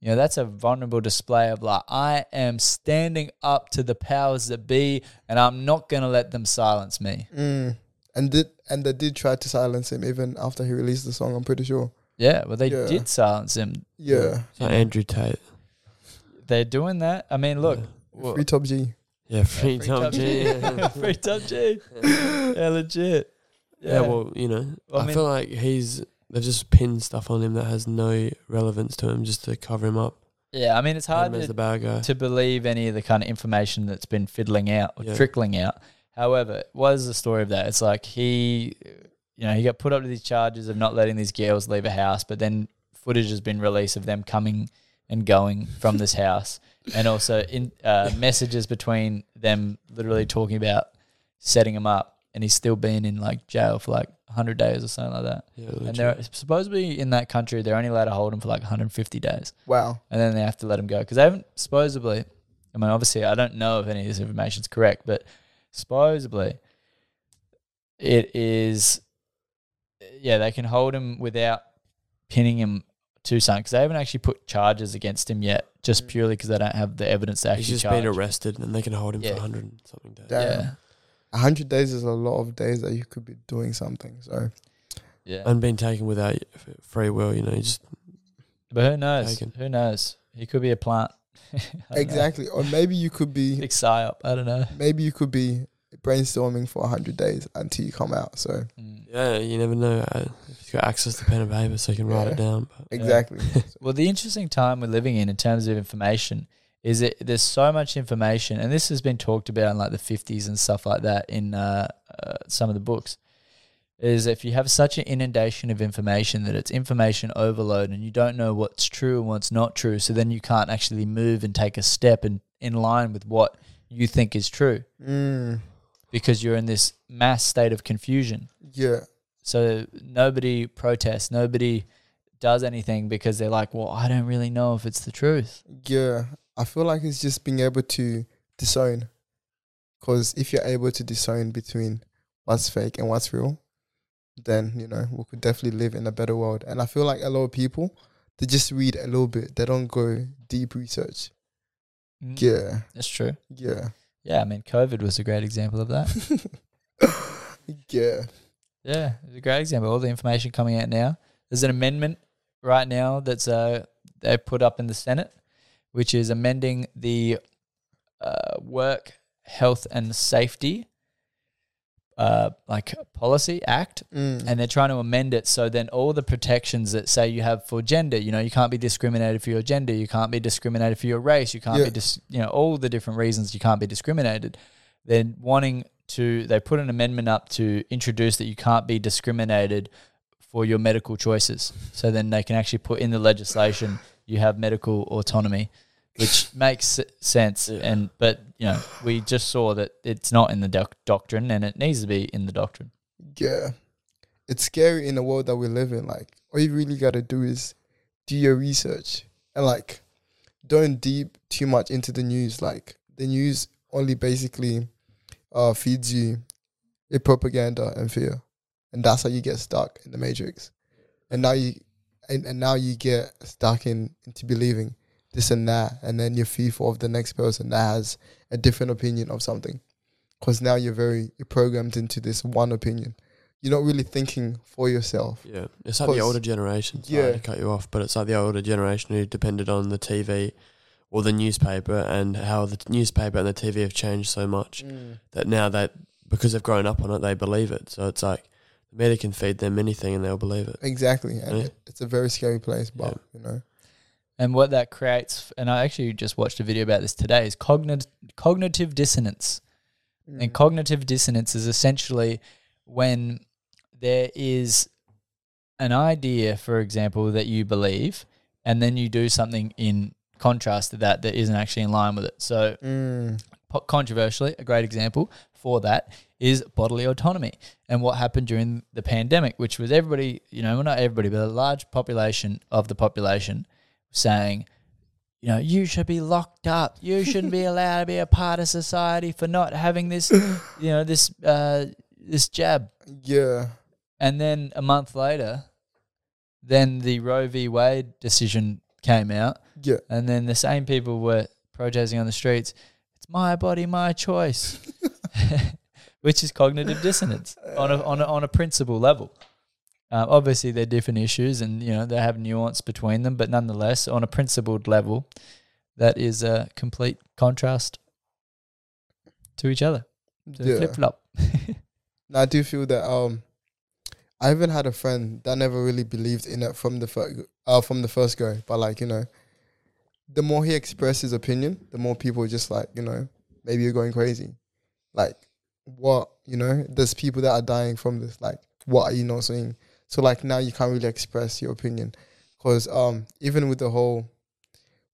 you know, that's a vulnerable display of like, I am standing up to the powers that be and I'm not going to let them silence me.
Mm. And did and they did try to silence him even after he released the song. I'm pretty sure.
Yeah, well, they
Yeah.
did silence him.
Yeah,
So Andrew Tate.
They're doing that. I mean, look. well-
free Top G.
Yeah, free,
Free
Tom
Top
G.
G.
yeah.
Free Top G. Yeah, legit.
Yeah, well, you know,
Well, I
I,
mean-
feel like he's they've just pinned stuff on him that has no relevance to him, just to cover him up.
yeah. I mean, it's hard
Him as the
to,
bad guy.
to believe any of the kind of information that's been fiddling out or
Yeah.
trickling out. However, what is the story of that? It's like he, you know, he got put up to these charges of not letting these girls leave a house, but then footage has been released of them coming and going from this house, and also in uh, messages between them literally talking about setting him up, and he's still been in like jail for like 100 days or something like that.
yeah,
And
literally.
they're supposedly in that country, they're only allowed to hold him for like 150 days,
Wow.
and then they have to let him go because they haven't supposedly. I mean, obviously, I don't know if any of this information is correct, but supposedly, it is. Yeah, they can hold him without pinning him to something because they haven't actually put charges against him yet, just
Mm.
purely because they don't have the evidence to actually
he's just
charge.
been arrested, and they can hold him
Yeah.
for hundred and something days.
Damn.
Yeah,
A hundred days is a lot of days that you could be doing something. So
yeah.
and been taken without f- free will. You know, you just
but who knows?
Taken.
Who knows? He could be a plant. I don't know.
exactly, or maybe you could be,
Big psyop. I don't know.
maybe you could be brainstorming for a hundred days until you come out. So
Mm.
yeah, you never know. uh, If you've got access to pen and paper, so you can write
Yeah.
it down. But
exactly.
Well, the interesting time we're living in, in terms of information, is that there's so much information, and this has been talked about in like the 50s and stuff like that in uh, uh, some of the books. Is if you have such an inundation of information that it's information overload and you don't know what's true and what's not true, so then you can't actually move and take a step in, in line with what you think is true
mm,
because you're in this mass state of confusion.
yeah,
So nobody protests, nobody does anything because they're like, well, I don't really know if it's the truth.
yeah. I feel like it's just being able to disown, because if you're able to disown between what's fake and what's real, then you know we could definitely live in a better world. And I feel like a lot of people they just read a little bit. They don't go deep research.
Mm,
Yeah,
That's true.
yeah,
Yeah, I mean, COVID was a great example of that.
yeah.
yeah, it's a great example. All the information coming out now. There's an amendment right now that's uh they put up in the Senate, which is amending the uh, work health and safety uh like policy act
Mm.
and they're trying to amend it so then all the protections that say you have for gender you know you can't be discriminated for your gender you can't be discriminated for your race you can't
Yeah.
be dis- you know all the different reasons you can't be discriminated they're wanting to they put an amendment up to introduce that you can't be discriminated for your medical choices so then they can actually put in the legislation you have medical autonomy which makes s- sense
Yeah.
and but you know we just saw that it's not in the doc- doctrine and it needs to be in the doctrine
Yeah. It's scary in the world that we live in. Like, all you really got to do is do your research and, like, don't deep too much into the news. Like, the news only basically uh, feeds you a propaganda and fear. And that's how you get stuck in the matrix. And now you. And, and now you get stuck in into believing this and that, and then you're fearful of the next person that has a different opinion of something, because now you're very you're programmed into this one opinion you're not really thinking for yourself.
Yeah, it's like the
Cause-
older generation. Sorry
Yeah.
to cut you off, but it's like the older generation who depended on the TV or the newspaper, and how the t- newspaper and the TV have changed so much that now they, because they've grown up on it, they believe it. So it's like the media can feed them anything and they'll believe it.
Exactly, and
Yeah.
it- it's a very scary place. But you know,
And what that creates, and I actually just watched a video about this today, is cognit- cognitive dissonance.
Mm.
And cognitive dissonance is essentially when there is an idea, for example, that you believe, and then you do something in contrast to that that isn't actually in line with it. So,
Mm.
po- controversially, a great example for that is bodily autonomy and what happened during the pandemic, which was everybody, you know, well, not everybody, but a large population of the population saying, you know, you should be locked up. You shouldn't be allowed to be a part of society for not having this, you know, this uh, this jab.
yeah,
And then a month later, then the Roe v. Wade decision came out,
yeah,
and then the same people were protesting on the streets. It's my body, my choice, which is cognitive dissonance on a on a, on a principle level. Um, obviously, they're different issues, and you know they have nuance between them, but nonetheless, on a principled level, that is a complete contrast to each other. To
yeah.
Flip flop.
And I do feel that um, I even had a friend that never really believed in it from the first uh, from the first go. But like you know, the more he expressed his opinion, the more people were just like you know, maybe you're going crazy. Like what you know, there's people that are dying from this. Like what are you not seeing? So like now you can't really express your opinion because um, even with the whole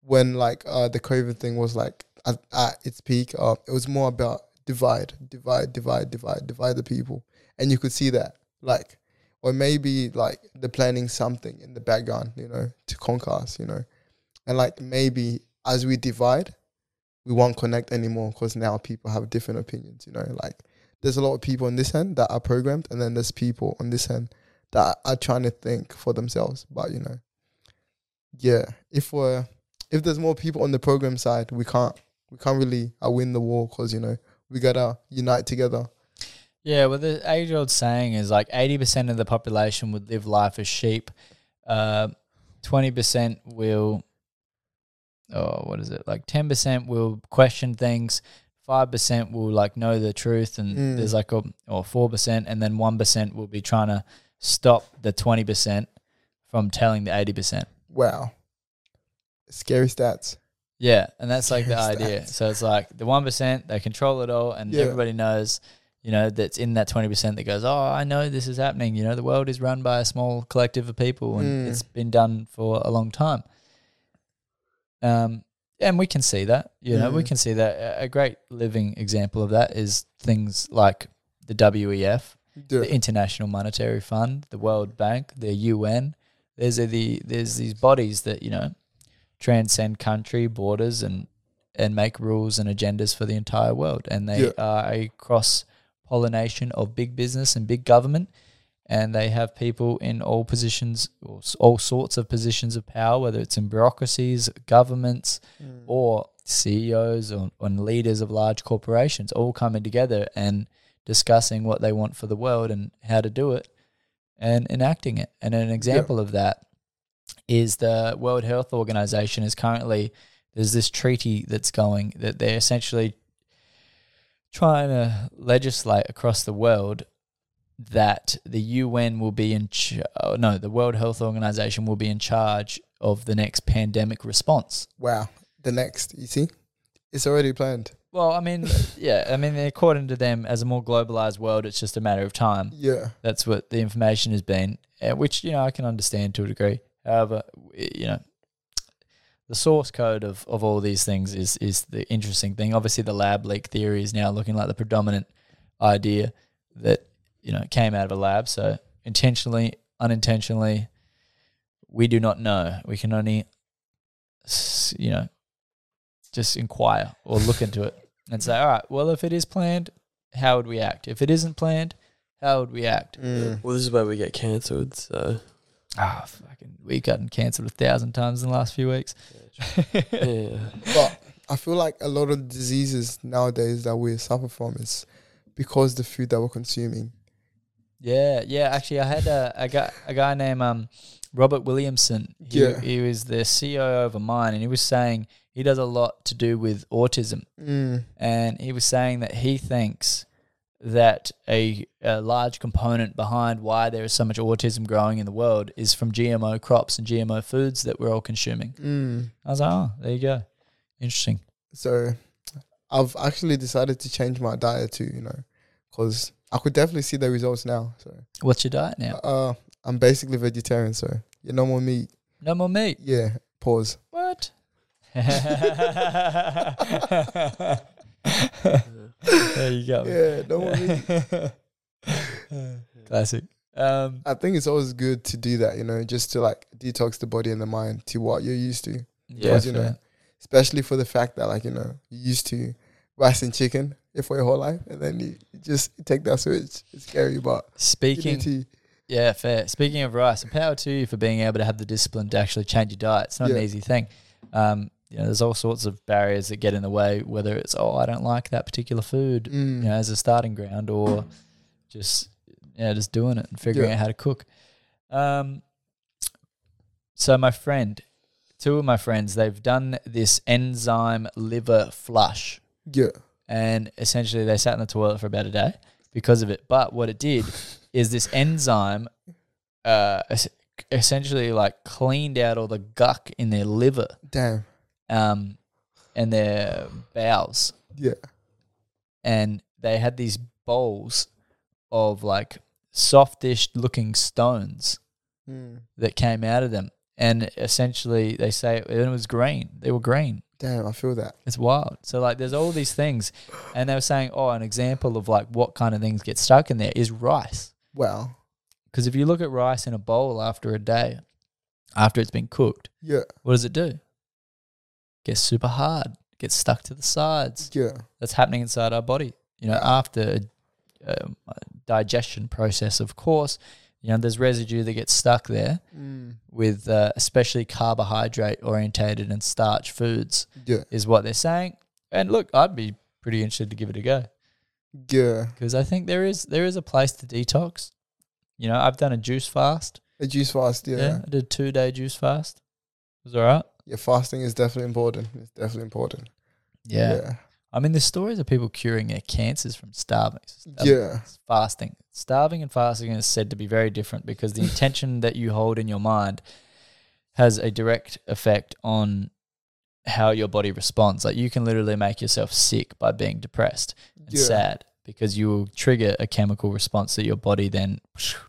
when like uh, the COVID thing was like at, at its peak, uh, it was more about divide, divide, divide, divide, divide the people, and you could see that like, or maybe like they're planning something in the background, you know, to conquer us, you know, and like maybe as we divide, we won't connect anymore because now people have different opinions, you know, like. There's a lot of people on this end that are programmed, and then there's people on this end that are trying to think for themselves. But you know, yeah, if we're if there's more people on the program side, we can't we can't really uh, win the war because you know we gotta unite together.
Yeah, well, the age old saying is like 80% of the population would live life as sheep. Uh, 20% will, oh, what is it? Like 10% will question things. 5% will like know the truth. And
Mm.
there's like a, or 4%. And then 1% will be trying to stop the 20% from telling the 80%.
Wow, scary stats.
Yeah, and that's like the
Yes,
idea.
that's-
So it's like the one percent they control it all, and
Yeah.
everybody knows, you know, that's in that twenty percent that goes, oh, I know this is happening. You know, the world is run by a small collective of people, and
Mm.
it's been done for a long time. Um, and we can see that. You know, we
Mm.
can see that. A- A great living example of that is things like the E WEF,
Yeah,
the International Monetary Fund, the World Bank, the UN. There's a, the there's these bodies that you know transcend country borders and and make rules and agendas for the entire world, and they
Yeah.
are a cross pollination of big business and big government, and they have people in all positions, or s- all sorts of positions of power, whether it's in bureaucracies, governments, or CEOs or, and leaders of large corporations, all coming together and discussing what they want for the world and how to do it and enacting it. And an example of that is the World Health Organization is currently there's this treaty that's going that they're essentially trying to legislate across the world that the UN will be in ch- oh, no the World Health Organization will be in charge of the next pandemic response.
Wow. The next, you see, it's already planned.
Well, I mean, yeah, I mean, according to them, as a more globalized world, it's just a matter of time.
Yeah.
That's what the information has been, uh, which you know I can understand to a degree. However, w- you know, the source code of, of all these things is is the interesting thing. Obviously, the lab leak theory is now looking like the predominant idea that you know came out of a lab. So intentionally, unintentionally, we do not know. We can only s- you know just inquire or look into it and say, all right, well, if it is planned, how would we act? If it isn't planned, how would we act?
Mm.
Well, this is where we get cancelled. So
Ah, fucking, we've gotten cancelled a thousand times in the last few weeks.
yeah,
But I feel like a lot of diseases nowadays that we suffer from is because the food that we're consuming.
Yeah, yeah. Actually, I had a, a guy a guy named um Robert Williamson. He,
Yeah.
he was the CEO of a mine, and he was saying he does a lot to do with autism,
Mm.
and he was saying that he thinks that a, a large component behind why there is so much autism growing in the world is from GMO crops and GMO foods that we're all consuming.
Mm.
I was like, oh, there you go, interesting.
So I've actually decided to change my diet too, you know, because I could definitely see the results now. So
What's your diet now?
uh, I'm basically vegetarian. So your normal meat,
No more meat.
yeah, pause.
What? there you go.
Yeah, normal meat.
Classic. Um,
I think it's always good to do that, you know, just to like detox the body and the mind to what you're used to,
yeah,
you
fair.
know. especially for the fact that like you know you used to rice and chicken for your whole life, and then you you just take that switch. It's scary, but
Speaking,
DDT.
yeah, fair. Speaking of rice, power to you for being able to have the discipline to actually change your diet. It's not
Yeah.
an easy thing. Um, you know, there's all sorts of barriers that get in the way. Whether it's oh, I don't like that particular food,
Mm.
you know, as a starting ground, or just yeah, just doing it and figuring
Yeah.
out how to cook. Um, so my friend, two of my friends, they've done this enzyme liver flush,
yeah,
and essentially they sat in the toilet for about a day because of it. But what it did is this enzyme, uh, es- essentially like cleaned out all the guck in their liver,
damn,
um, and their bowels
yeah,
and they had these bowls of like softish looking stones
Mm.
that came out of them. And essentially, they say and it was green. They were green.
damn. I feel that.
It's wild. So, like, there's all these things. And they were saying, oh, an example of like what kind of things get stuck in there is rice.
Wow.
Because if you look at rice in a bowl after a day, after it's been cooked,
Yeah,
what does it do? Gets super hard, gets stuck to the sides
yeah,
that's happening inside our body. You know, after um, digestion process, of course, you know, there's residue that gets stuck there
mm.
with uh, especially carbohydrate orientated and starch foods
yeah,
is what they're saying. And look, I'd be pretty interested to give it a go
yeah.
because I think there is there is a place to detox. You know, I've done a juice fast.
A juice fast.
Yeah,
Yeah. yeah,
I did a two day juice fast. It was all right.
Fasting is definitely important. It's definitely important.
Yeah. I mean, there's stories of people curing their cancers from starving.
yeah. yeah.
It's fasting. Starving and fasting is said to be very different because the intention that you hold in your mind has a direct effect on how your body responds. Like you can literally make yourself sick by being depressed and
Yeah.
sad because you will trigger a chemical response that your body then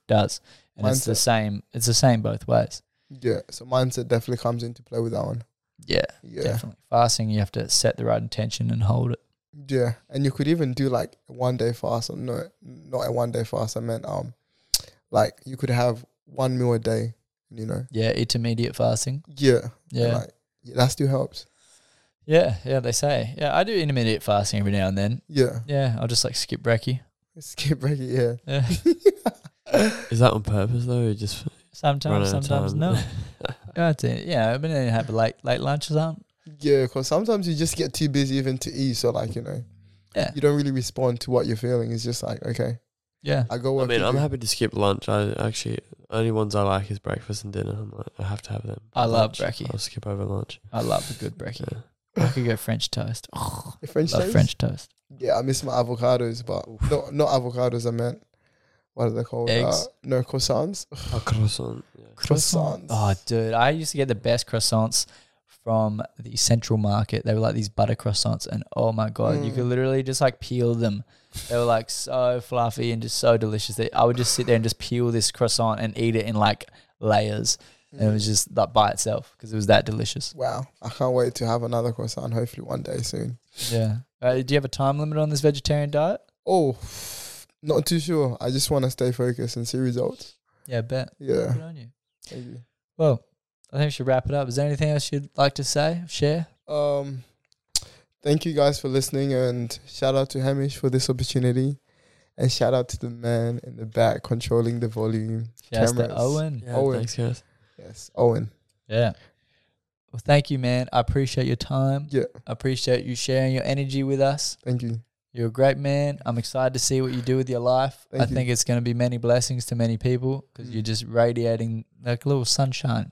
does. And it's the
Mindset.
same it's the same both ways.
Yeah, so mindset definitely comes into play with that one.
Yeah,
Yeah,
definitely. Fasting you have to set the right intention and hold it.
yeah, and you could even do like a one day fast, or no, not a one day fast. I meant um, like you could have one meal a day. You know,
Yeah, intermediate fasting.
yeah, and,
Yeah.
like, yeah, that still helps.
Yeah, yeah, they say. Yeah, I do intermediate fasting every now and then.
Yeah,
Yeah, I'll just like skip brekkie.
skip break it. Yeah,
Yeah.
Is that on purpose though? Or just run out
Sometimes, sometimes
of time?
no. That's it. Yeah, but then you have like late lunch or something.
Yeah, because sometimes you just get too busy even to eat. So like you know,
Yeah.
you don't really respond to what you're feeling. It's just like okay,
Yeah.
I go.
I
Work
mean,
to
I'm
do.
happy to skip lunch. I actually only ones I like is breakfast and dinner. I'm like, I have to have them.
I love
Lunch,
brekkie.
I'll skip over lunch.
I love a good brekkie.
Yeah.
I could go French toast. Oh,
French
love
toast?
French toast.
Yeah, I miss my avocados, but not not avocados. I meant what are they called?
Eggs?
Uh, no croissants.
A croissant. Yeah.
Croissants.
Oh, dude, I used to get the best croissants from the central market. They were like these butter croissants, and oh my god, you
Mm.
could literally just like peel them. They were like so fluffy and just so delicious. That I would just sit there and just peel this croissant and eat it in like layers, and it was just like by itself because it was that delicious.
wow, I can't wait to have another croissant. Hopefully one day soon.
Yeah. Uh, do you have a time limit on this vegetarian diet?
Oh, not too sure. I just want to stay focused and see results.
Yeah, I bet.
Yeah.
Good on you.
Thank you.
Well, I think we should wrap it up. Is there anything else you'd like to say, share?
Um, thank you guys for listening, and shout out to Hamish for this opportunity, and shout out to the man in the back controlling the volume.
Shouts to
Cameras.
Owen.
Yeah,
Owen.
thanks, guys.
Yes, Owen.
Yeah. Well, thank you, man. I appreciate your time.
Yeah.
I appreciate you sharing your energy with us.
Thank you.
You're a great man. I'm excited to see what you do with your life.
Thank
I
you.
think it's going to be many blessings to many people because
Mm.
you're just radiating like a little sunshine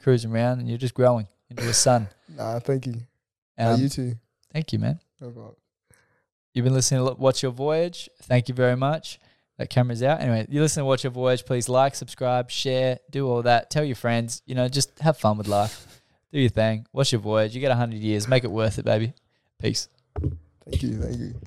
cruising around and you're just growing into the sun.
Nah, thank you. Nah,
Um,
you too.
thank you, man.
No problem.
You've been listening to Lo- Watch Your Voyage. Thank you very much. That camera's out. Anyway, you listen to Watch Your Voyage. Please like, subscribe, share, do all that. Tell your friends. You know, just have fun with life. Do your thing. Watch your voyage. You get 100 years. Make it worth it, baby. Peace.
Thank you. Thank you.